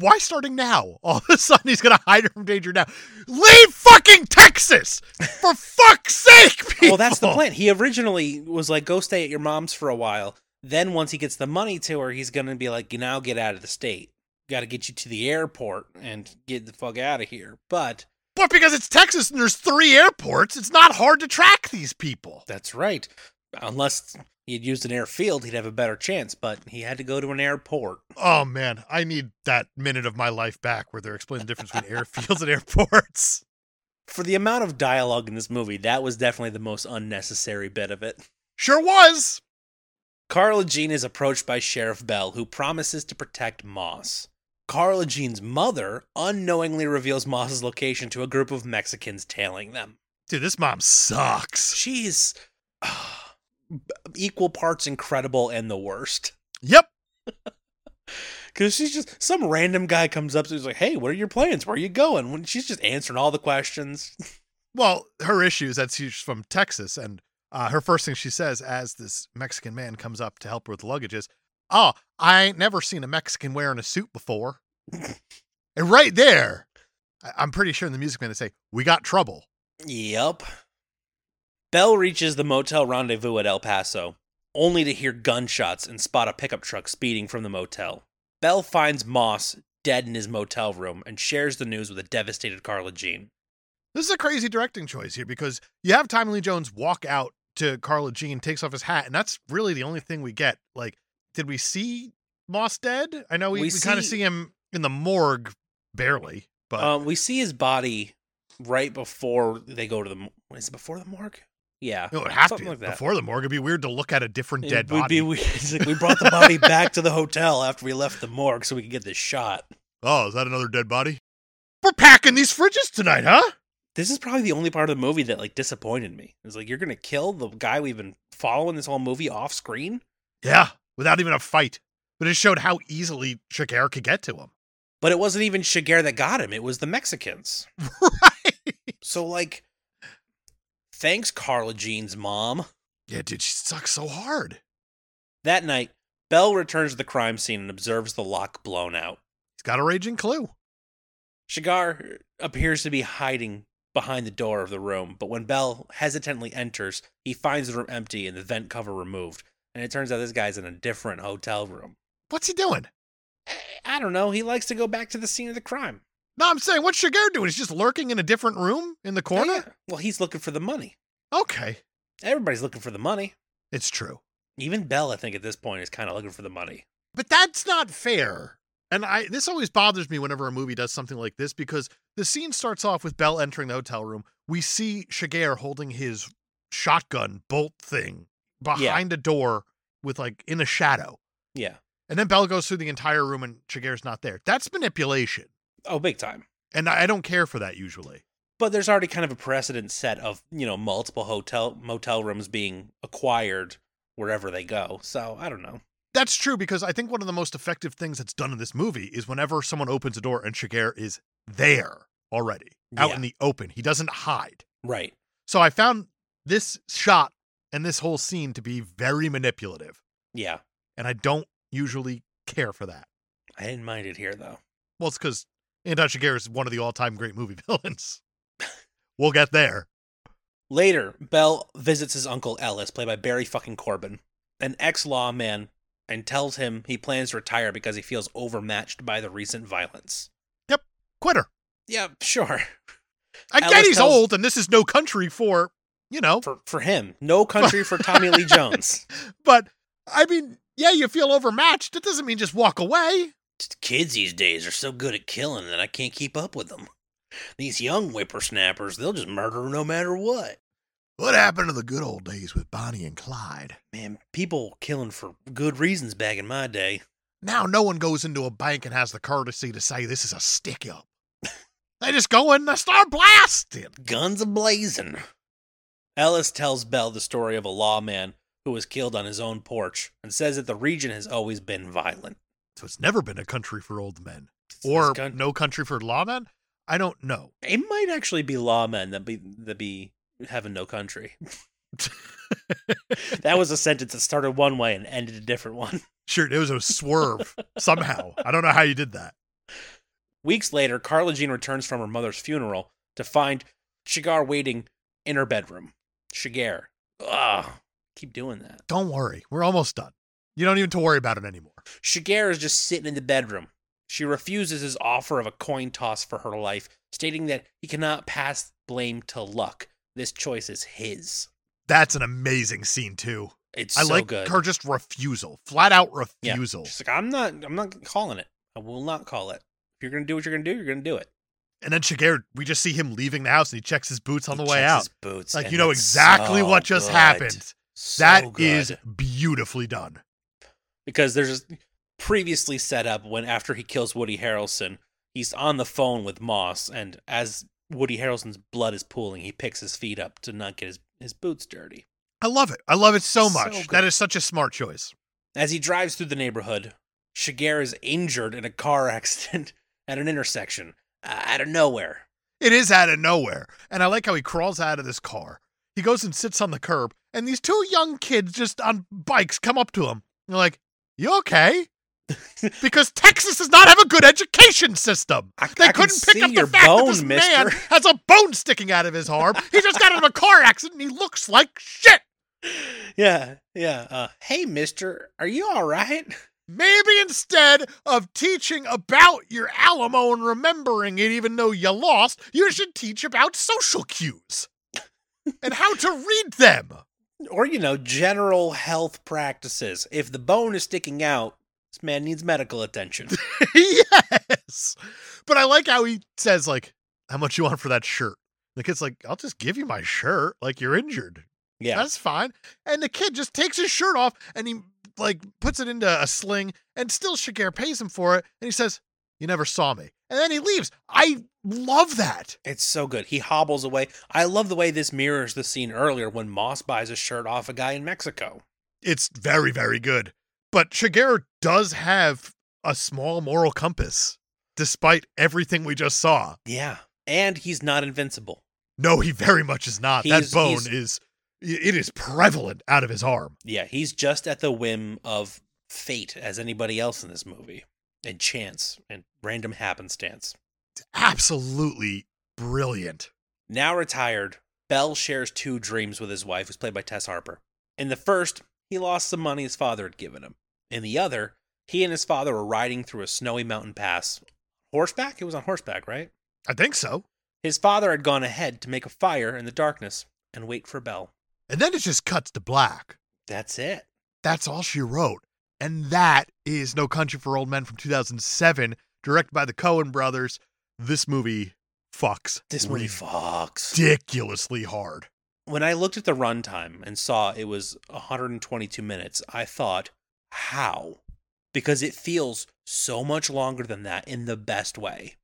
Speaker 2: Why starting now? [laughs] All of a sudden, he's going to hide her from danger now. Leave fucking Texas! For fuck's sake, people!
Speaker 3: Well, that's the plan. He originally was like, go stay at your mom's for a while. Then, once he gets the money to her, he's going to be like, you now get out of the state. Got to get you to the airport and get the fuck out of here. But
Speaker 2: But because it's Texas and there's three airports, it's not hard to track these people.
Speaker 3: that's right. Unless he'd used an airfield, he'd have a better chance, but he had to go to an airport.
Speaker 2: Oh man, I need that minute of my life back where they're explaining the difference between airfields and airports.
Speaker 3: For the amount of dialogue in this movie, that was definitely the most unnecessary bit of it.
Speaker 2: Sure was.
Speaker 3: Carla Jean is approached by Sheriff Bell, who promises to protect Moss. Carla Jean's mother unknowingly reveals Moss's location to a group of Mexicans tailing them.
Speaker 2: Dude, this mom sucks.
Speaker 3: She's ah, equal parts incredible and the worst.
Speaker 2: Yep.
Speaker 3: Because she's just some random guy comes up to her, he's like, hey, what are your plans? Where are you going? When she's just answering all the questions.
Speaker 2: Well, her issue is that she's from Texas, and uh, her first thing she says as this Mexican man comes up to help her with the luggage is, "Oh, I ain't never seen a Mexican wearing a suit before." and right there, I- I'm pretty sure in the music man they say, "We got trouble."
Speaker 3: Yep. Bell reaches the motel rendezvous at El Paso, only to hear gunshots and spot a pickup truck speeding from the motel. Bell finds Moss dead in his motel room and shares the news with a devastated Carla Jean.
Speaker 2: This is a crazy directing choice here because you have Tommy Lee Jones walk out to Carla Jean, takes off his hat, and that's really the only thing we get. Like, did we see Moss dead? I know we,
Speaker 3: We
Speaker 2: we, kind of
Speaker 3: see-
Speaker 2: see him in the morgue barely, but
Speaker 3: Um, we see his body right before they go to the. m- Is it before the morgue? Yeah.
Speaker 2: it would have to
Speaker 3: something like that.
Speaker 2: before the morgue. It'd be weird to look at a different
Speaker 3: It
Speaker 2: dead
Speaker 3: would
Speaker 2: body.
Speaker 3: Be weird. It's like we [laughs] brought the body back to the hotel after we left the morgue so we could get this shot.
Speaker 2: oh, is that another dead body? We're packing these fridges tonight, huh?
Speaker 3: this is probably the only part of the movie that like disappointed me. It's like you're gonna kill the guy we've been following this whole movie off screen.
Speaker 2: Yeah, without even a fight. But it showed how easily Shakir could get to him.
Speaker 3: But it wasn't even Shiger that got him; it was the Mexicans. So like, thanks, Carla Jean's mom.
Speaker 2: yeah, dude, she sucks so hard.
Speaker 3: That night, Bell returns to the crime scene and observes the lock blown out.
Speaker 2: He's got a raging clue.
Speaker 3: Shigar appears to be hiding behind the door of the room, but when Bell hesitantly enters, he finds the room empty and the vent cover removed. And it turns out this guy's in a different hotel room.
Speaker 2: What's he doing?
Speaker 3: I don't know. He likes to go back to the scene of the crime.
Speaker 2: No, I'm saying what's Shiger doing? He's just lurking in a different room in the corner?
Speaker 3: Yeah. Well, he's looking for the money.
Speaker 2: Okay.
Speaker 3: Everybody's looking for the money.
Speaker 2: It's true.
Speaker 3: Even Bell, I think, at this point is kind of looking for the money.
Speaker 2: But that's not fair. And I this always bothers me whenever a movie does something like this because the scene starts off with Bell entering the hotel room. We see Shiger holding his shotgun bolt thing behind a door with like in a shadow.
Speaker 3: Yeah.
Speaker 2: And then Bell goes through the entire room and Shiger's not there. That's manipulation.
Speaker 3: Oh, big time.
Speaker 2: And I I don't care for that usually.
Speaker 3: But there's already kind of a precedent set of you know multiple hotel motel rooms being acquired wherever they go. So I don't know.
Speaker 2: That's true because I think one of the most effective things that's done in this movie is whenever someone opens a door and Shiger is there already, out
Speaker 3: Yeah.
Speaker 2: in the open. He doesn't hide.
Speaker 3: Right.
Speaker 2: So I found this shot and this whole scene to be very manipulative,
Speaker 3: Yeah.
Speaker 2: and I don't usually care for that.
Speaker 3: I didn't mind it here though.
Speaker 2: Well, it's because Anton Shiger is one of the all-time great movie [laughs] villains. we'll get there.
Speaker 3: Later, Bell visits his uncle Ellis, played by Barry fucking Corbin, an ex lawman, and tells him he plans to retire because he feels overmatched by the recent violence.
Speaker 2: Quitter.
Speaker 3: Yeah, sure. [laughs]
Speaker 2: I
Speaker 3: Ellis
Speaker 2: get he's
Speaker 3: tells-
Speaker 2: old, and this is no country for you know,
Speaker 3: For for him. No country for Tommy [laughs] Lee Jones.
Speaker 2: but I mean, yeah, you feel overmatched. It doesn't mean just walk away.
Speaker 3: Just Kids these days are so good at killing that I can't keep up with them. These young whippersnappers, they'll just murder no matter what.
Speaker 4: What happened to the good old days with Bonnie and Clyde?
Speaker 3: Man, people killing for good reasons back in my day.
Speaker 2: Now no one goes into a bank and has the courtesy to say this is a stick up. [laughs] they just go in and they start blasting.
Speaker 3: Guns ablazing. Ellis tells Bell the story of a lawman who was killed on his own porch and says that the region has always been violent.
Speaker 2: So it's never been a country for old men
Speaker 3: It's this
Speaker 2: or
Speaker 3: coun-
Speaker 2: no country for lawmen. I don't know.
Speaker 3: It might actually be lawmen that be that be having
Speaker 2: [laughs]
Speaker 3: no country. That was a sentence that started one way and ended a different one.
Speaker 2: Sure, it was a
Speaker 3: [laughs]
Speaker 2: swerve somehow. I don't know how you did that.
Speaker 3: Weeks later, Carla Jean returns from her mother's funeral to find Shigar waiting in her bedroom. Shigar. Ugh. Keep doing that.
Speaker 2: Don't worry, we're almost done. You don't even to worry about it anymore.
Speaker 3: Shiger is just sitting in the bedroom. She refuses his offer of a coin toss for her life, stating that he cannot pass blame to luck. This choice is his.
Speaker 2: That's an amazing scene too.
Speaker 3: It's
Speaker 2: I
Speaker 3: so
Speaker 2: like
Speaker 3: good.
Speaker 2: her just refusal, flat out
Speaker 3: Yeah.
Speaker 2: refusal.
Speaker 3: She's like, I'm not I'm not calling it. I will not call it. If you're gonna do what you're gonna do, you're gonna do it.
Speaker 2: And then Shigeru, we just see him leaving the house and he checks his boots on
Speaker 3: He
Speaker 2: the way
Speaker 3: checks
Speaker 2: out.
Speaker 3: his boots,
Speaker 2: Like
Speaker 3: and
Speaker 2: you know
Speaker 3: it's
Speaker 2: exactly
Speaker 3: so
Speaker 2: what just
Speaker 3: good.
Speaker 2: happened.
Speaker 3: So
Speaker 2: That is
Speaker 3: good.
Speaker 2: beautifully done.
Speaker 3: because there's previously set up when after he kills Woody Harrelson, he's on the phone with Moss, and as Woody Harrelson's blood is pooling, he picks his feet up to not get his, his boots dirty.
Speaker 2: I love it. I love it so
Speaker 3: So
Speaker 2: much.
Speaker 3: good.
Speaker 2: that is such a smart choice.
Speaker 3: As he drives through the neighborhood, Shiger is injured in a car [laughs] accident at an intersection uh, out of nowhere.
Speaker 2: It is out of nowhere. And I like how he crawls out of this car. He goes and sits on the curb, and these two young kids just on bikes come up to him. They're like, You okay?
Speaker 3: [laughs]
Speaker 2: because Texas does not have a good education system.
Speaker 3: I,
Speaker 2: They
Speaker 3: I can
Speaker 2: couldn't pick
Speaker 3: see
Speaker 2: up the
Speaker 3: your
Speaker 2: fact
Speaker 3: bone,
Speaker 2: that this
Speaker 3: mister.
Speaker 2: man has a bone sticking out of his arm. He just got out of a car accident and he looks like shit.
Speaker 3: Yeah, yeah. Uh, hey, mister, are you all right?
Speaker 2: Maybe instead of teaching about your Alamo and remembering it even though you lost, you should teach about social cues and how to read them. [laughs]
Speaker 3: Or, you know, general health practices. If the bone is sticking out, this man needs medical attention.
Speaker 2: yes. But I like how he says, like, how much you want for that shirt? The kid's like, I'll just give you my shirt. Like, you're injured.
Speaker 3: Yeah.
Speaker 2: That's fine. And the kid just takes his shirt off and he like puts it into a sling and still Shiger pays him for it. And he says, You never saw me. And then he leaves. I love that.
Speaker 3: It's so good. He hobbles away. I love the way this mirrors the scene earlier when Moss buys a shirt off a guy in Mexico.
Speaker 2: It's very, very good. But Shigeru does have a small moral compass, despite everything we just saw.
Speaker 3: Yeah. And he's not invincible.
Speaker 2: No, he very much is not.
Speaker 3: He's-
Speaker 2: that bone
Speaker 3: he's-
Speaker 2: is it is prevalent out of his arm.
Speaker 3: Yeah, he's just at the whim of fate as anybody else in this movie. And chance and random happenstance.
Speaker 2: Absolutely brilliant.
Speaker 3: Now retired, Bell shares two dreams with his wife, who's played by Tess Harper. In the first, he lost some money his father had given him. In the other, he and his father were riding through a snowy mountain pass. Horseback? It was on horseback, right?
Speaker 2: I think so.
Speaker 3: His father had gone ahead to make a fire in the darkness and wait for Bell.
Speaker 2: And then it just cuts to black.
Speaker 3: That's it.
Speaker 2: That's all she wrote. And that is No Country for Old Men from 2007, directed by the Coen brothers. This movie fucks
Speaker 3: This movie Fox.
Speaker 2: ridiculously hard.
Speaker 3: When I looked at the runtime and saw it was 122 minutes, I thought, how? Because it feels so much longer than that in the best way.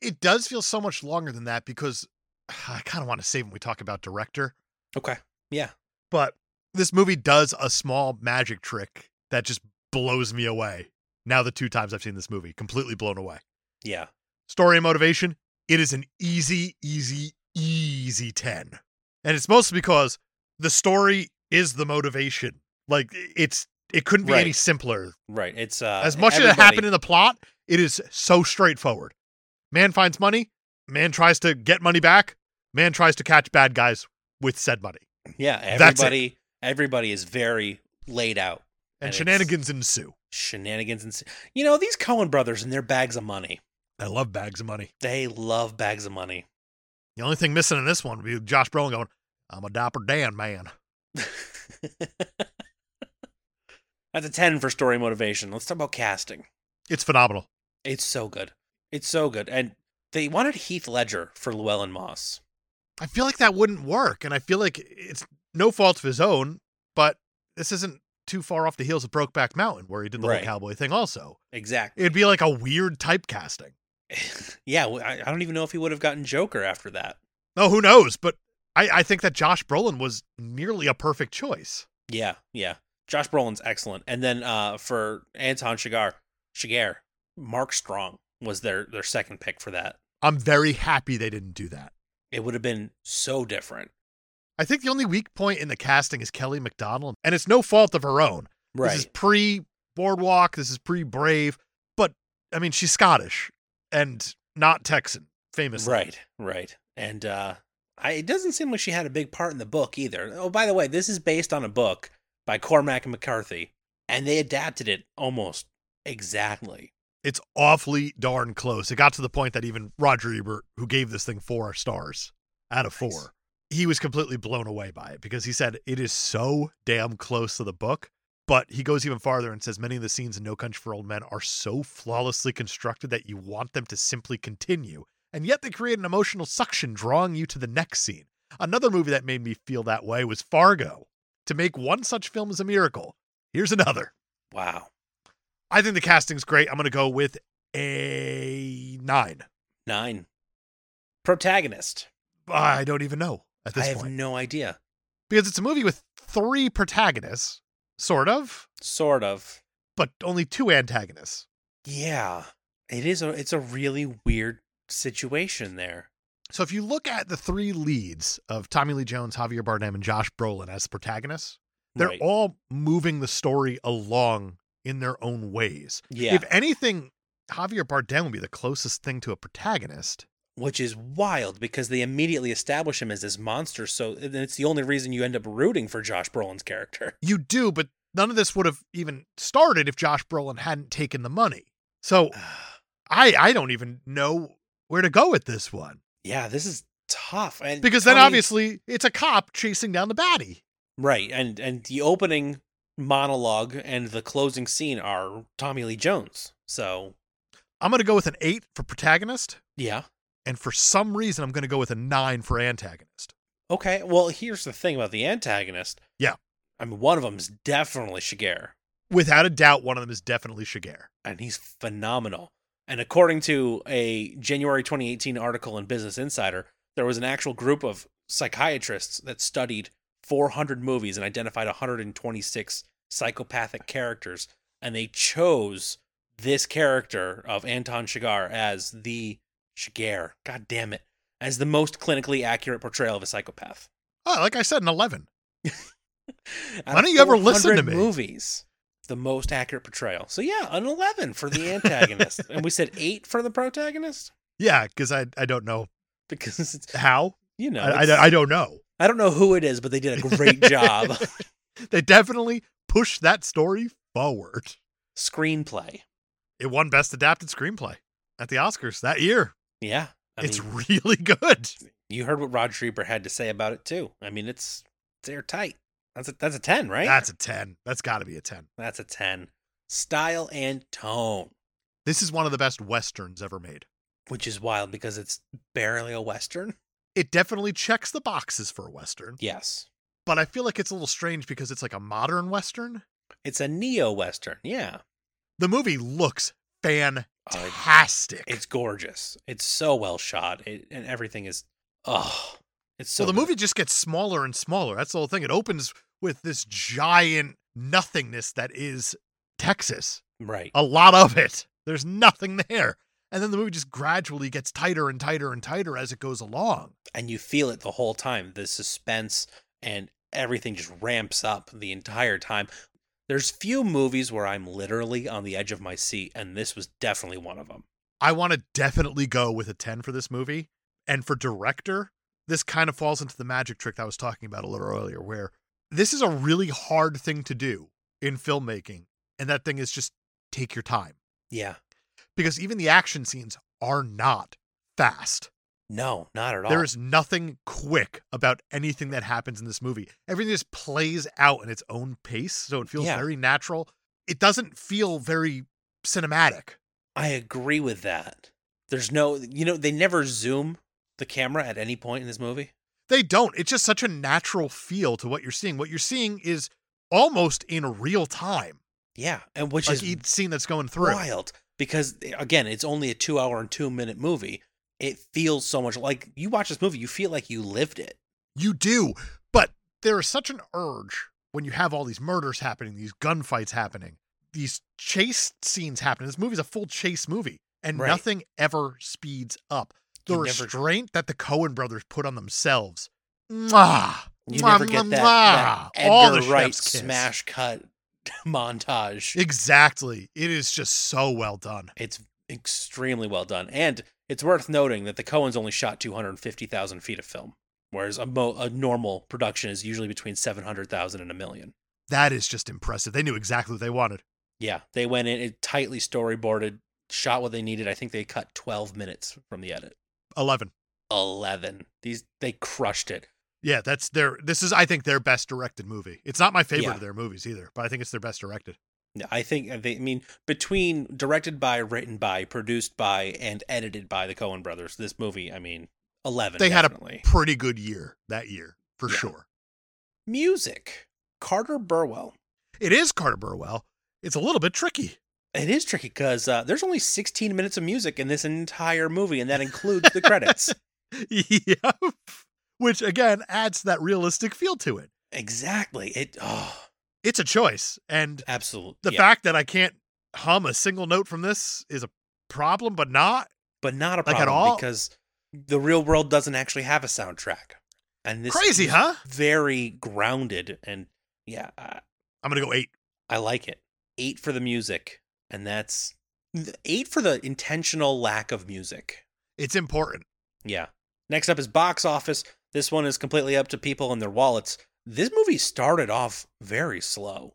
Speaker 2: It does feel so much longer than that because [sighs] I kind of want to save when we talk about director.
Speaker 3: Okay. Yeah.
Speaker 2: but this movie does a small magic trick that just blows me away. Now, the two times I've seen this movie, completely blown away.
Speaker 3: Yeah.
Speaker 2: Story and motivation, it is an easy, easy, easy 10. And it's mostly because the story is the motivation. Like, it's, it couldn't be any
Speaker 3: Right.
Speaker 2: simpler.
Speaker 3: Right. It's uh
Speaker 2: As much as it
Speaker 3: everybody-
Speaker 2: happened in the plot, it is so straightforward. Man finds money, man tries to get money back, man tries to catch bad guys with said money.
Speaker 3: [laughs] Yeah,
Speaker 2: That's it.
Speaker 3: everybody everybody is very laid out.
Speaker 2: And,
Speaker 3: And it's-
Speaker 2: shenanigans ensue.
Speaker 3: Shenanigans and s- you know, these Cohen brothers and their bags of money.
Speaker 2: I love bags of money.
Speaker 3: They love bags of money. [laughs]
Speaker 2: The only thing missing in this one would be Josh Brolin going, I'm a Dapper Dan man.
Speaker 3: That's a 10 for story motivation. Let's talk about casting.
Speaker 2: It's phenomenal.
Speaker 3: It's so good. It's so good. And they wanted Heath Ledger for Llewellyn Moss.
Speaker 2: I feel like that wouldn't work, and I feel like it's no fault of his own, but this isn't too far off the heels of Brokeback Mountain, where he did the
Speaker 3: Right.
Speaker 2: whole cowboy thing. Also,
Speaker 3: Exactly.
Speaker 2: it'd be like a weird typecasting.
Speaker 3: [laughs] yeah, well, I, I don't even know if he would have gotten Joker after that.
Speaker 2: No, Oh, who knows? But I, I think that Josh Brolin was nearly a perfect choice.
Speaker 3: Yeah, yeah. Josh Brolin's excellent. And then uh, for Anton Chigurh, Chigurh, Mark Strong was their their second pick for that.
Speaker 2: I'm very happy they didn't do that.
Speaker 3: It would have been so different.
Speaker 2: I think the only weak point in the casting is Kelly McDonald, and it's no fault of her own. This is pre Boardwalk. This is pre Brave. But I mean, she's Scottish and not Texan, famously.
Speaker 3: Right, right. And uh, I, it doesn't seem like she had a big part in the book either. Oh, by the way, this is based on a book by Cormac McCarthy, and they adapted it almost exactly.
Speaker 2: It's awfully darn close. It got to the point that even Roger Ebert, who gave this thing four stars out of
Speaker 3: Nice.
Speaker 2: four, he was completely blown away by it because he said it is so damn close to the book. But he goes even farther and says many of the scenes in No Country for Old Men are so flawlessly constructed that you want them to simply continue. And yet they create an emotional suction drawing you to the next scene. Another movie that made me feel that way was Fargo. To make one such film is a miracle. Here's another.
Speaker 3: Wow.
Speaker 2: I think the casting's great. I'm going to go with a nine.
Speaker 3: Nine. Protagonist.
Speaker 2: I don't even know at
Speaker 3: I
Speaker 2: this
Speaker 3: have
Speaker 2: point
Speaker 3: no idea.
Speaker 2: because it's a movie with three protagonists, sort of,
Speaker 3: Sort of.
Speaker 2: but only two antagonists.
Speaker 3: Yeah. It is a it's a really weird situation there.
Speaker 2: So if you look at the three leads of Tommy Lee Jones, Javier Bardem, and Josh Brolin as protagonists, they're
Speaker 3: Right.
Speaker 2: all moving the story along in their own ways.
Speaker 3: yeah.
Speaker 2: If anything, Javier Bardem would be the closest thing to a protagonist.
Speaker 3: which is wild because they immediately establish him as this monster. So and it's the only reason you end up rooting for Josh Brolin's character.
Speaker 2: You do, but none of this would have even started if Josh Brolin hadn't taken the money. So
Speaker 3: Ah,
Speaker 2: I I don't even know where to go with this one
Speaker 3: yeah, this is tough. And
Speaker 2: because then
Speaker 3: Tony-
Speaker 2: obviously it's a cop chasing down the baddie.
Speaker 3: right, and and the opening monologue and the closing scene are Tommy Lee Jones. So
Speaker 2: I'm gonna go with an eight for protagonist,
Speaker 3: yeah,
Speaker 2: and for some reason I'm gonna go with a nine for antagonist.
Speaker 3: okay. Well, here's the thing about the antagonist.
Speaker 2: Yeah.
Speaker 3: I mean, one of them's definitely Shiger,
Speaker 2: Without a doubt, one of them is definitely Shiger.
Speaker 3: and he's phenomenal. And according to a January 2018 article in Business Insider, there was an actual group of psychiatrists that studied 400 movies and identified 126 psychopathic characters, and they chose this character of Anton Chigurh as the Chigurh. God damn it, as the most clinically accurate portrayal of a psychopath.
Speaker 2: Oh, like I said, an eleven.
Speaker 3: Out
Speaker 2: Why
Speaker 3: of
Speaker 2: don't you ever listen to
Speaker 3: 400
Speaker 2: me?
Speaker 3: Movies, the most accurate portrayal. So yeah, an eleven for
Speaker 2: [laughs]
Speaker 3: the antagonist, and we said eight for the protagonist
Speaker 2: Yeah, because I I don't know
Speaker 3: because it's
Speaker 2: how.
Speaker 3: you know
Speaker 2: I,
Speaker 3: it's-
Speaker 2: I I don't know.
Speaker 3: I don't know who it is, but they did
Speaker 2: [laughs]
Speaker 3: a great job.
Speaker 2: They definitely pushed that story forward.
Speaker 3: Screenplay,
Speaker 2: It won Best Adapted Screenplay at the Oscars that year.
Speaker 3: yeah, I
Speaker 2: it's
Speaker 3: mean,
Speaker 2: really [laughs] good.
Speaker 3: you heard what Roger Ebert had to say about it too. I mean, it's it's airtight. That's a that's a ten, right?
Speaker 2: That's a 10. That's got to be a 10.
Speaker 3: that's a ten. Style and tone,
Speaker 2: This is one of the best Westerns ever made.
Speaker 3: which is wild because it's barely a western.
Speaker 2: It definitely checks the boxes for a Western,
Speaker 3: Yes,
Speaker 2: but I feel like it's a little strange because it's like a modern Western.
Speaker 3: it's a neo western. Yeah.
Speaker 2: The movie looks
Speaker 3: Oh, it-
Speaker 2: fantastic.
Speaker 3: It's gorgeous. It's so well shot, it, and everything is oh, it's so.
Speaker 2: so the
Speaker 3: good.
Speaker 2: movie just gets smaller and smaller. That's the whole thing. It opens with this giant nothingness that is Texas.
Speaker 3: right?
Speaker 2: a lot of it. There's nothing there. And then the movie just gradually gets tighter and tighter and tighter as it goes along.
Speaker 3: And you feel it the whole time. The suspense and everything just ramps up the entire time. There's few movies where I'm literally on the edge of my seat, and this was definitely one of them.
Speaker 2: I want to definitely go with a 10 for this movie. And for director, this kind of falls into the magic trick that I was talking about a little earlier, where this is a really hard thing to do in filmmaking. And that thing is just take your time
Speaker 3: Yeah.
Speaker 2: because even the action scenes are not fast.
Speaker 3: No, not at all.
Speaker 2: There is nothing quick about anything that happens in this movie. Everything just plays out in its own pace, so it feels
Speaker 3: Yeah.
Speaker 2: very natural. It doesn't feel very cinematic.
Speaker 3: I agree with that. There's no, you know, they never zoom the camera at any point in this movie.
Speaker 2: They don't. It's just such a natural feel to what you're seeing. What you're seeing is almost in real time,
Speaker 3: Yeah, and which
Speaker 2: like e
Speaker 3: is
Speaker 2: each scene that's going through.
Speaker 3: wild because again, it's only a two hour and two minute movie. It feels so much like you watch this movie, you feel like you lived it.
Speaker 2: You do, but there is such an urge when you have all these murders happening, these gunfights happening, these chase scenes happening. This movie's a full chase movie, and
Speaker 3: Right.
Speaker 2: nothing ever speeds up. The
Speaker 3: You never-
Speaker 2: restraint that the Cohen brothers put on themselves. Mwah!
Speaker 3: You
Speaker 2: Mwah,
Speaker 3: never get
Speaker 2: mwah,
Speaker 3: that, that
Speaker 2: mwah! all
Speaker 3: Edgar
Speaker 2: the
Speaker 3: Wright
Speaker 2: chef's kiss.
Speaker 3: smash cut [laughs] montage.
Speaker 2: Exactly. It is just so well done.
Speaker 3: It's extremely well done, and it's worth noting that the Coens only shot two hundred fifty thousand feet of film, whereas a, mo- a normal production is usually between seven hundred thousand and a million.
Speaker 2: That is just impressive. They knew exactly what they wanted.
Speaker 3: Yeah, they went in it tightly storyboarded, shot what they needed. I think they cut twelve minutes from the edit.
Speaker 2: 11.
Speaker 3: 11. These they crushed it.
Speaker 2: Yeah, that's their this is I think their best directed movie. It's not my favorite
Speaker 3: Yeah.
Speaker 2: of their movies either, but I think it's their best directed.
Speaker 3: I think uh, they I mean between directed by, written by, produced by and edited by the Coen brothers, this movie, I mean, 11
Speaker 2: They had a-
Speaker 3: definitely.
Speaker 2: Pretty good year that year, for
Speaker 3: Yeah.
Speaker 2: sure.
Speaker 3: music. Carter Burwell.
Speaker 2: It is Carter Burwell. It's a little bit tricky. [laughs]
Speaker 3: It is tricky because uh, there's only 16 minutes of music in this entire movie, and that includes
Speaker 2: [laughs]
Speaker 3: the credits.
Speaker 2: yep. Which again adds that realistic feel to it.
Speaker 3: Exactly. It oh,
Speaker 2: It's a choice. And
Speaker 3: absolutely.
Speaker 2: the fact that I can't hum a single note from this is a problem, but not.
Speaker 3: but not a
Speaker 2: Like,
Speaker 3: problem
Speaker 2: at all?
Speaker 3: because the real world doesn't actually have a soundtrack. And this
Speaker 2: Crazy,
Speaker 3: is
Speaker 2: huh?
Speaker 3: very grounded and yeah, I,
Speaker 2: I'm gonna go eight.
Speaker 3: I like it. 8 for the music and that's 8 for the intentional lack of music.
Speaker 2: It's important.
Speaker 3: Yeah. Next up is box office. This one is completely up to people and their wallets. This movie started off very slow.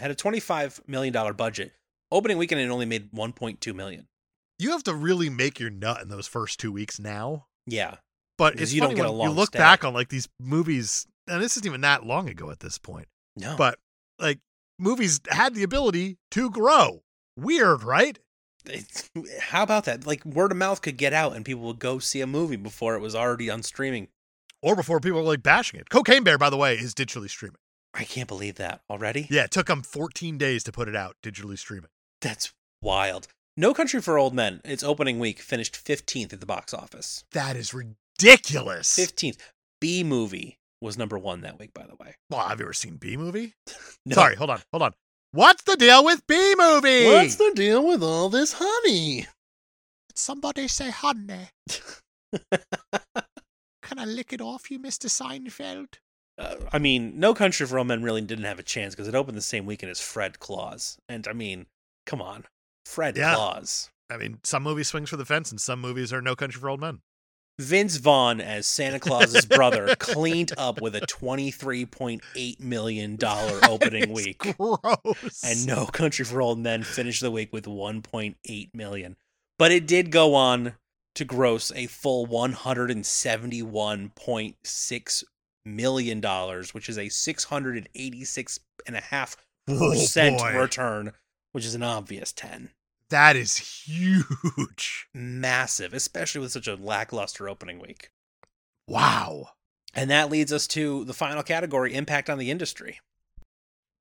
Speaker 3: Had a 25 million dollar budget. Opening weekend it only made 1.2 million.
Speaker 2: You have to really make your nut in those first two weeks now.
Speaker 3: Yeah.
Speaker 2: But
Speaker 3: Because
Speaker 2: it's
Speaker 3: you don't
Speaker 2: funny
Speaker 3: get a
Speaker 2: when you
Speaker 3: long
Speaker 2: look
Speaker 3: stay.
Speaker 2: back on like these movies, and this isn't even that long ago at this point.
Speaker 3: No.
Speaker 2: But like movies had the ability to grow. Weird, right?
Speaker 3: it's, how about that? Like word of mouth could get out and people would go see a movie before it was already on streaming.
Speaker 2: Or before people were like bashing it. Cocaine Bear, by the way, is digitally streaming.
Speaker 3: I can't believe that already.
Speaker 2: Yeah, it took them 14 days to put it out, digitally streaming.
Speaker 3: That's wild. No Country for Old Men, its opening week finished 15th at the box office.
Speaker 2: That is ridiculous.
Speaker 3: 15th. B movie was number 1 that week by the way.
Speaker 2: well, have you ever seen B movie?
Speaker 3: No.
Speaker 2: Sorry, hold on, hold on. What's the deal with B movie?
Speaker 3: the deal with all this honey?
Speaker 4: Somebody say
Speaker 3: [laughs]
Speaker 4: honey. Can I lick it off you, Mr. Seinfeld?
Speaker 3: Uh, I mean, No Country for Old Men really didn't have a chance because it opened the same weekend as Fred Claus. And I mean, come on. Fred
Speaker 2: Yeah.
Speaker 3: Claus.
Speaker 2: I mean, some movies swings for the fence, and some movies are No Country for Old
Speaker 3: [laughs]
Speaker 2: Men.
Speaker 3: Vince Vaughn as Santa Claus's [laughs] brother cleaned up with a $23.8 million opening
Speaker 2: It's
Speaker 3: week.
Speaker 2: Gross.
Speaker 3: and No [laughs] Country for Old Men finished the week with 1.8 million. But it did go on to gross a full 171.6 million dollars, which is a 686 and a half
Speaker 2: Oh,
Speaker 3: percent
Speaker 2: boy.
Speaker 3: return, which is an obvious 10.
Speaker 2: That is huge.
Speaker 3: Massive, especially with such a lackluster opening week.
Speaker 2: Wow.
Speaker 3: And that leads us to the final category, impact on the industry.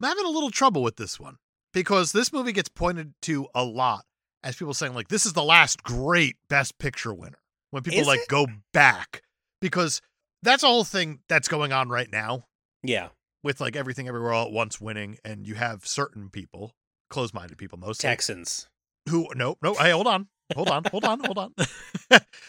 Speaker 2: I'm having a little trouble with this one because this movie gets pointed to a lot as people saying, like, this is the last great Best Picture winner. When people
Speaker 3: Is
Speaker 2: like
Speaker 3: it?
Speaker 2: go back because that's a whole thing that's going on right now
Speaker 3: Yeah,
Speaker 2: with like everything everywhere all at once winning, and you have certain people, close minded people mostly,
Speaker 3: Texans.
Speaker 2: who no no hey hold on hold on hold on hold on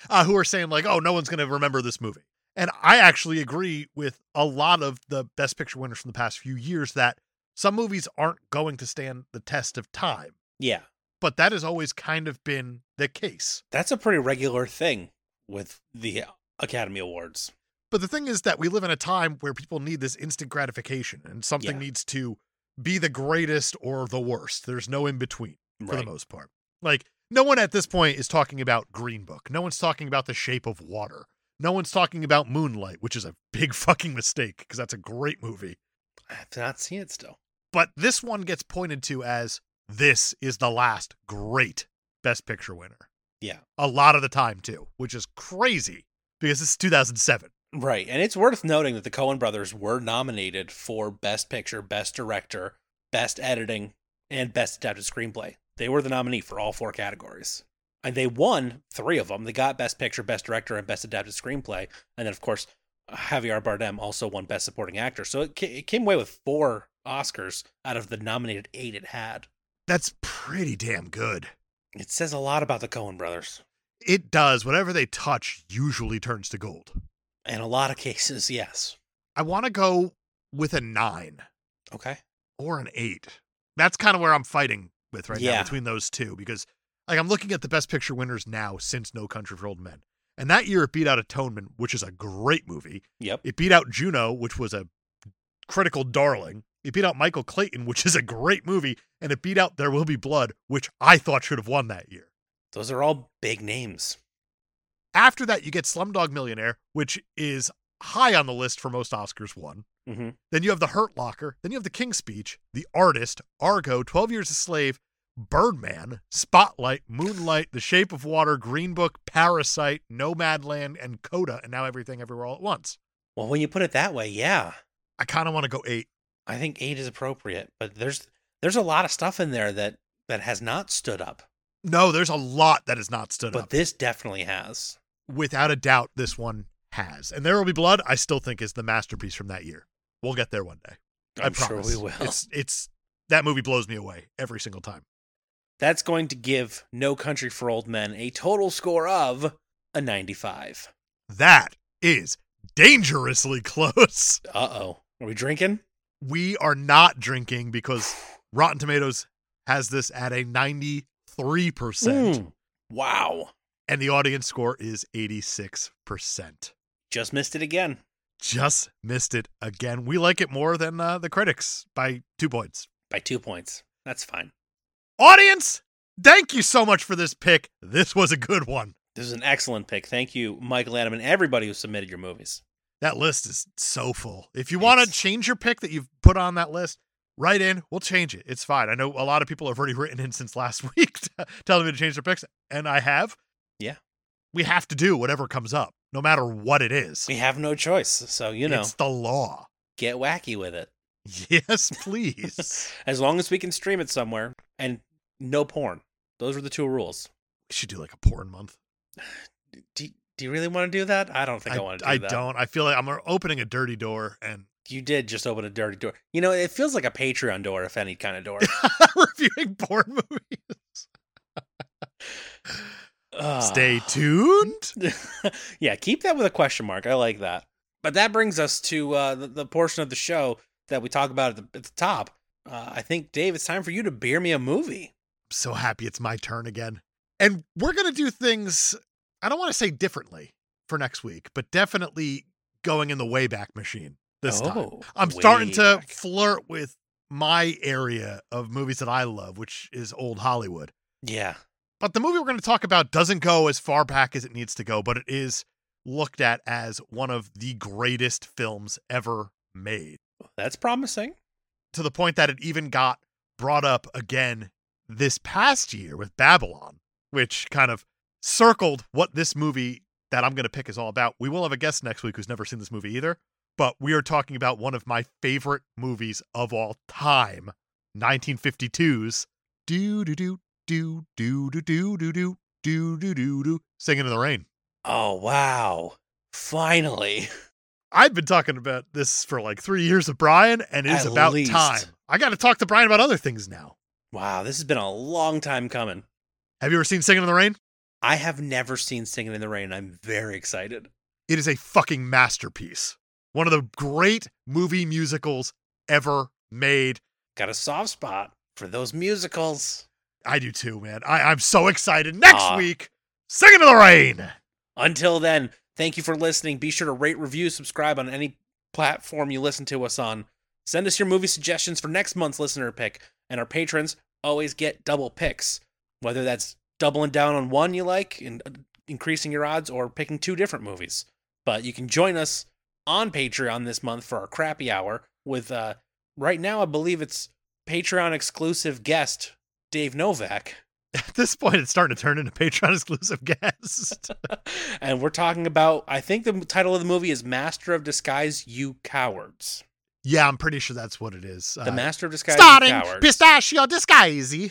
Speaker 2: uh, who are saying like oh no one's going to remember this movie and i actually agree with a lot of the best picture winners from the past few years that some movies aren't going to stand the test of time
Speaker 3: Yeah.
Speaker 2: but that has always kind of been the case
Speaker 3: That's a pretty regular thing with the Academy Awards.
Speaker 2: but the thing is that we live in a time where people need this instant gratification and something
Speaker 3: Yeah.
Speaker 2: needs to be the greatest or the worst there's no in between for the most part. Like no one at this point is talking about Green Book. No one's talking about The Shape of Water. No one's talking about Moonlight, which is a [laughs] big fucking mistake because that's a great movie.
Speaker 3: I've not seen it still.
Speaker 2: But this one gets pointed to as this is the last great Best Picture winner.
Speaker 3: Yeah.
Speaker 2: A lot of the time too, which is crazy because it's 2007.
Speaker 3: Right. And it's worth noting that the Coen brothers were nominated for Best Picture, Best Director, Best Editing, and Best Adapted Screenplay. They were the nominee for all four categories. And they won three of them. They got Best Picture, Best Director, and Best Adapted Screenplay. And then, of course, Javier Bardem also won Best Supporting Actor. So it, ca- it came away with four Oscars out of the nominated eight it had.
Speaker 2: That's pretty damn good.
Speaker 3: It says a lot about the Coen brothers.
Speaker 2: It does. Whatever they touch usually turns to gold.
Speaker 3: In a lot of cases, yes.
Speaker 2: I want to go with a nine
Speaker 3: Okay.
Speaker 2: or an eight. That's kind of where I'm fighting with right now
Speaker 3: Yeah.
Speaker 2: between those two because, like, I'm looking at the best picture winners now since No Country for Old Men. And that year it beat out Atonement, which is a great movie.
Speaker 3: Yep.
Speaker 2: It beat out Juno, which was a critical darling. It beat out Michael Clayton, which is a great movie. And it beat out There Will Be Blood, which I thought should have won that year.
Speaker 3: Those are all big names.
Speaker 2: After that, you get Slumdog Millionaire, which is high on the list for most Oscars won.
Speaker 3: Mm-hmm.
Speaker 2: Then you have The Hurt Locker. Then you have The King's Speech, The Artist, Argo, 12 Years a Slave, Birdman, Spotlight, Moonlight, The Shape of Water, Green Book, Parasite, Nomadland, and Coda, and now Everything Everywhere All at Once.
Speaker 3: Well, when you put it that way, yeah,
Speaker 2: I kind of want to go eight.
Speaker 3: I think eight is appropriate. But there's there's a lot of stuff in there that that has not stood up,
Speaker 2: No, there's a lot that has not stood
Speaker 3: but
Speaker 2: up.
Speaker 3: this definitely has.
Speaker 2: Without a doubt, this one has. And There Will Be Blood, I still think is the masterpiece from that year. We'll get there one day. I
Speaker 3: I'm sure
Speaker 2: promise.
Speaker 3: we will.
Speaker 2: It's, it's that movie blows me away every single time.
Speaker 3: That's going to give No Country for Old Men a total score of a 95.
Speaker 2: That is dangerously [laughs] close.
Speaker 3: Uh oh, are we drinking?
Speaker 2: We are not drinking because Rotten Tomatoes has this at a 93%,
Speaker 3: Mm. Wow,
Speaker 2: and the audience score is 86%.
Speaker 3: just missed it again.
Speaker 2: Just missed it again. We like it more than uh, the critics by two points.
Speaker 3: by two points. That's fine.
Speaker 2: Audience, thank you so much for this pick. This was a good one.
Speaker 3: This is an excellent pick. Thank you, Michael Adam, and everybody who submitted your movies.
Speaker 2: That list is so full. If you want to
Speaker 3: It's-
Speaker 2: change your pick that you've put on that list, write in. We'll change it. It's fine. I know a lot of people have already [laughs] written in since last week to- telling me to change their picks, and I have.
Speaker 3: Yeah.
Speaker 2: We have to do whatever comes up, no matter what it is.
Speaker 3: We have no choice, so you know,
Speaker 2: It's the law. [laughs]
Speaker 3: get wacky with it.
Speaker 2: Yes, please.
Speaker 3: [laughs] as long as we can stream it somewhere and no porn. Those are the two rules.
Speaker 2: we should do like a porn month.
Speaker 3: Do, do you really want to do that? I don't think I, want to do
Speaker 2: I
Speaker 3: that.
Speaker 2: don't. I feel like I'm opening a dirty door, and [laughs]
Speaker 3: You did just open a dirty door. You know, it feels like a Patreon door, if any kind of door.
Speaker 2: reviewing porn movies. [laughs]
Speaker 3: Ugh.
Speaker 2: Stay tuned.
Speaker 3: Ah. [laughs] yeah, keep that with a question mark. I like that. But that brings us to uh, the, the portion of the show that we talk about at the, at the top. Uh, I think, Dave, it's time for you to beer me a movie.
Speaker 2: so happy it's my turn again. And we're going to do things, I don't want to say differently for next week, but definitely going in the Wayback Machine this time.
Speaker 3: Oh,
Speaker 2: I'm
Speaker 3: way
Speaker 2: starting to
Speaker 3: back.
Speaker 2: flirt with my area of movies that I love, which is old Hollywood.
Speaker 3: Yeah.
Speaker 2: But the movie we're going to talk about doesn't go as far back as it needs to go, but it is looked at as one of the greatest films ever made
Speaker 3: That's promising.
Speaker 2: to the point that it even got brought up again this past year with Babylon, which kind of circled what this movie that I'm going to pick is all about. We will have a guest next week who's never seen this movie either, but we are talking about one of my favorite movies of all time, 1952's Do Do Do Do Do Do Do Do Do Do Do Do Do Singing in the Rain.
Speaker 3: Oh, wow. Finally. [laughs]
Speaker 2: I've been talking about this for like three years with Brian, and it is
Speaker 3: At
Speaker 2: about
Speaker 3: least.
Speaker 2: time. I got to talk to Brian about other things now.
Speaker 3: Wow, this has been a long time coming.
Speaker 2: Have you ever seen Singing in the Rain?
Speaker 3: I have never seen Singing in the Rain. I'm very excited.
Speaker 2: It is a fucking masterpiece. One of the great movie musicals ever made.
Speaker 3: Got a soft spot for those musicals.
Speaker 2: I do too, man. I, I'm so excited. Next
Speaker 3: Aw.
Speaker 2: week, Singing in the Rain. [laughs]
Speaker 3: Until then, thank you for listening. Be sure to rate, review, subscribe on any platform you listen to us on. Send us your movie suggestions for next month's listener pick, and our patrons always get double picks, whether that's doubling down on one you like and uh, increasing your odds or picking two different movies. But you can join us on Patreon this month for our crappy hour with uh right now I believe it's Patreon exclusive guest Dave Novak
Speaker 2: At this point, it's starting to turn into Patreon [laughs] exclusive guest.
Speaker 3: [laughs] and we're talking about, I think the title of the movie is Master of Disguise, You Cowards.
Speaker 2: yeah, I'm pretty sure that's what it is.
Speaker 3: The
Speaker 2: Uh,
Speaker 3: Master of Disguise, You
Speaker 2: starring
Speaker 3: Cowards.
Speaker 2: Pistachio Disguisey.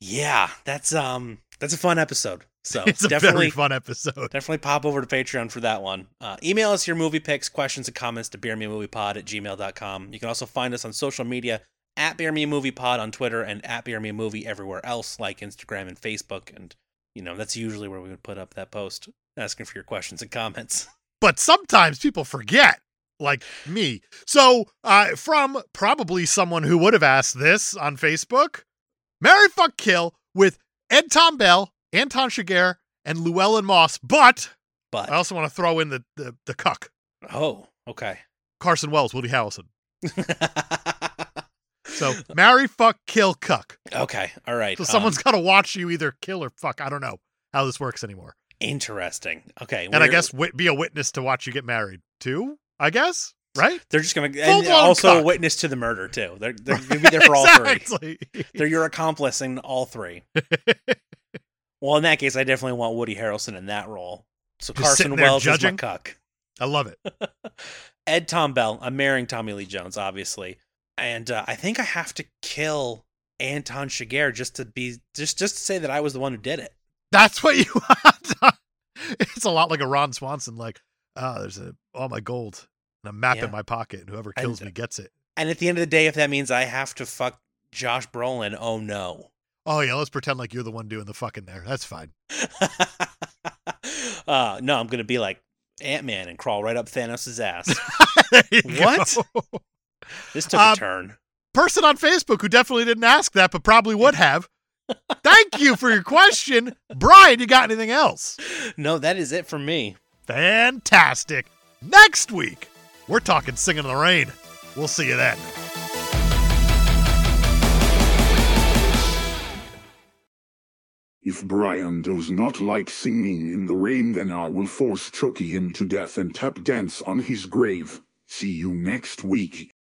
Speaker 3: yeah, that's um, that's a fun episode. So
Speaker 2: [laughs] it's a
Speaker 3: definitely
Speaker 2: very fun episode.
Speaker 3: Definitely pop over to Patreon for that one. Uh, email us your movie picks, questions, and comments to beermemoviepod at gmail.com. You can also find us on social media at beermemoviepod on Twitter and at beermemovie everywhere else, like Instagram and Facebook. And, you know, that's usually where we would put up that post asking for your questions and comments.
Speaker 2: but sometimes people forget like me so uh from probably someone who would have asked this on facebook mary fuck kill with ed tom bell anton Chigurh, and llewellyn moss but
Speaker 3: But,
Speaker 2: i also want to throw in the the, the cuck
Speaker 3: oh, okay.
Speaker 2: carson wells woody harrelson
Speaker 3: [laughs]
Speaker 2: so marry fuck kill cuck
Speaker 3: okay. All right.
Speaker 2: so
Speaker 3: um,
Speaker 2: someone's got to watch you either kill or fuck i don't know how this works anymore
Speaker 3: interesting. Okay.
Speaker 2: and i
Speaker 3: we're-
Speaker 2: guess wit be a witness to watch you get married too i guess right
Speaker 3: they're just going to, and
Speaker 2: Full-blown
Speaker 3: also a
Speaker 2: cuck.
Speaker 3: witness to the murder, too.
Speaker 2: [laughs]
Speaker 3: They're, they're going to be there for all three.
Speaker 2: Exactly.
Speaker 3: They're your accomplice in all three. well, in that case, I definitely want Woody Harrelson in that role. So
Speaker 2: Just
Speaker 3: Carson
Speaker 2: sitting there
Speaker 3: Wells
Speaker 2: judging?
Speaker 3: is my cuck. [laughs]
Speaker 2: i love it
Speaker 3: Ed Tom Bell. I'm marrying Tommy Lee Jones, obviously, and uh, I think I have to kill Anton Chigurh just to be just just to say that I was the one who did it.
Speaker 2: That's what you [laughs] want. it's a lot like a Ron Swanson, like, oh, there's a, all my gold and a map
Speaker 3: Yeah.
Speaker 2: in my pocket, and whoever
Speaker 3: And-
Speaker 2: kills me gets it.
Speaker 3: And at the end of the day, if that means I have to fuck Josh Brolin, oh no.
Speaker 2: Oh, yeah, let's pretend like you're the one doing the fucking there. That's fine. [laughs]
Speaker 3: [laughs] uh, no, I'm gonna be like Ant Man and crawl right up Thanos' ass.
Speaker 2: There you go.
Speaker 3: What? This took
Speaker 2: Um,
Speaker 3: a turn.
Speaker 2: Person on Facebook who definitely didn't ask that, but probably would have. Thank you for your question. Brian, you got anything else?
Speaker 3: No, that is it for me.
Speaker 2: Fantastic. Next week, we're talking Singing in the Rain. We'll see you then.
Speaker 1: If Brian does not like singing in the rain, then I will force Chucky into death and tap dance on his grave. See you next week.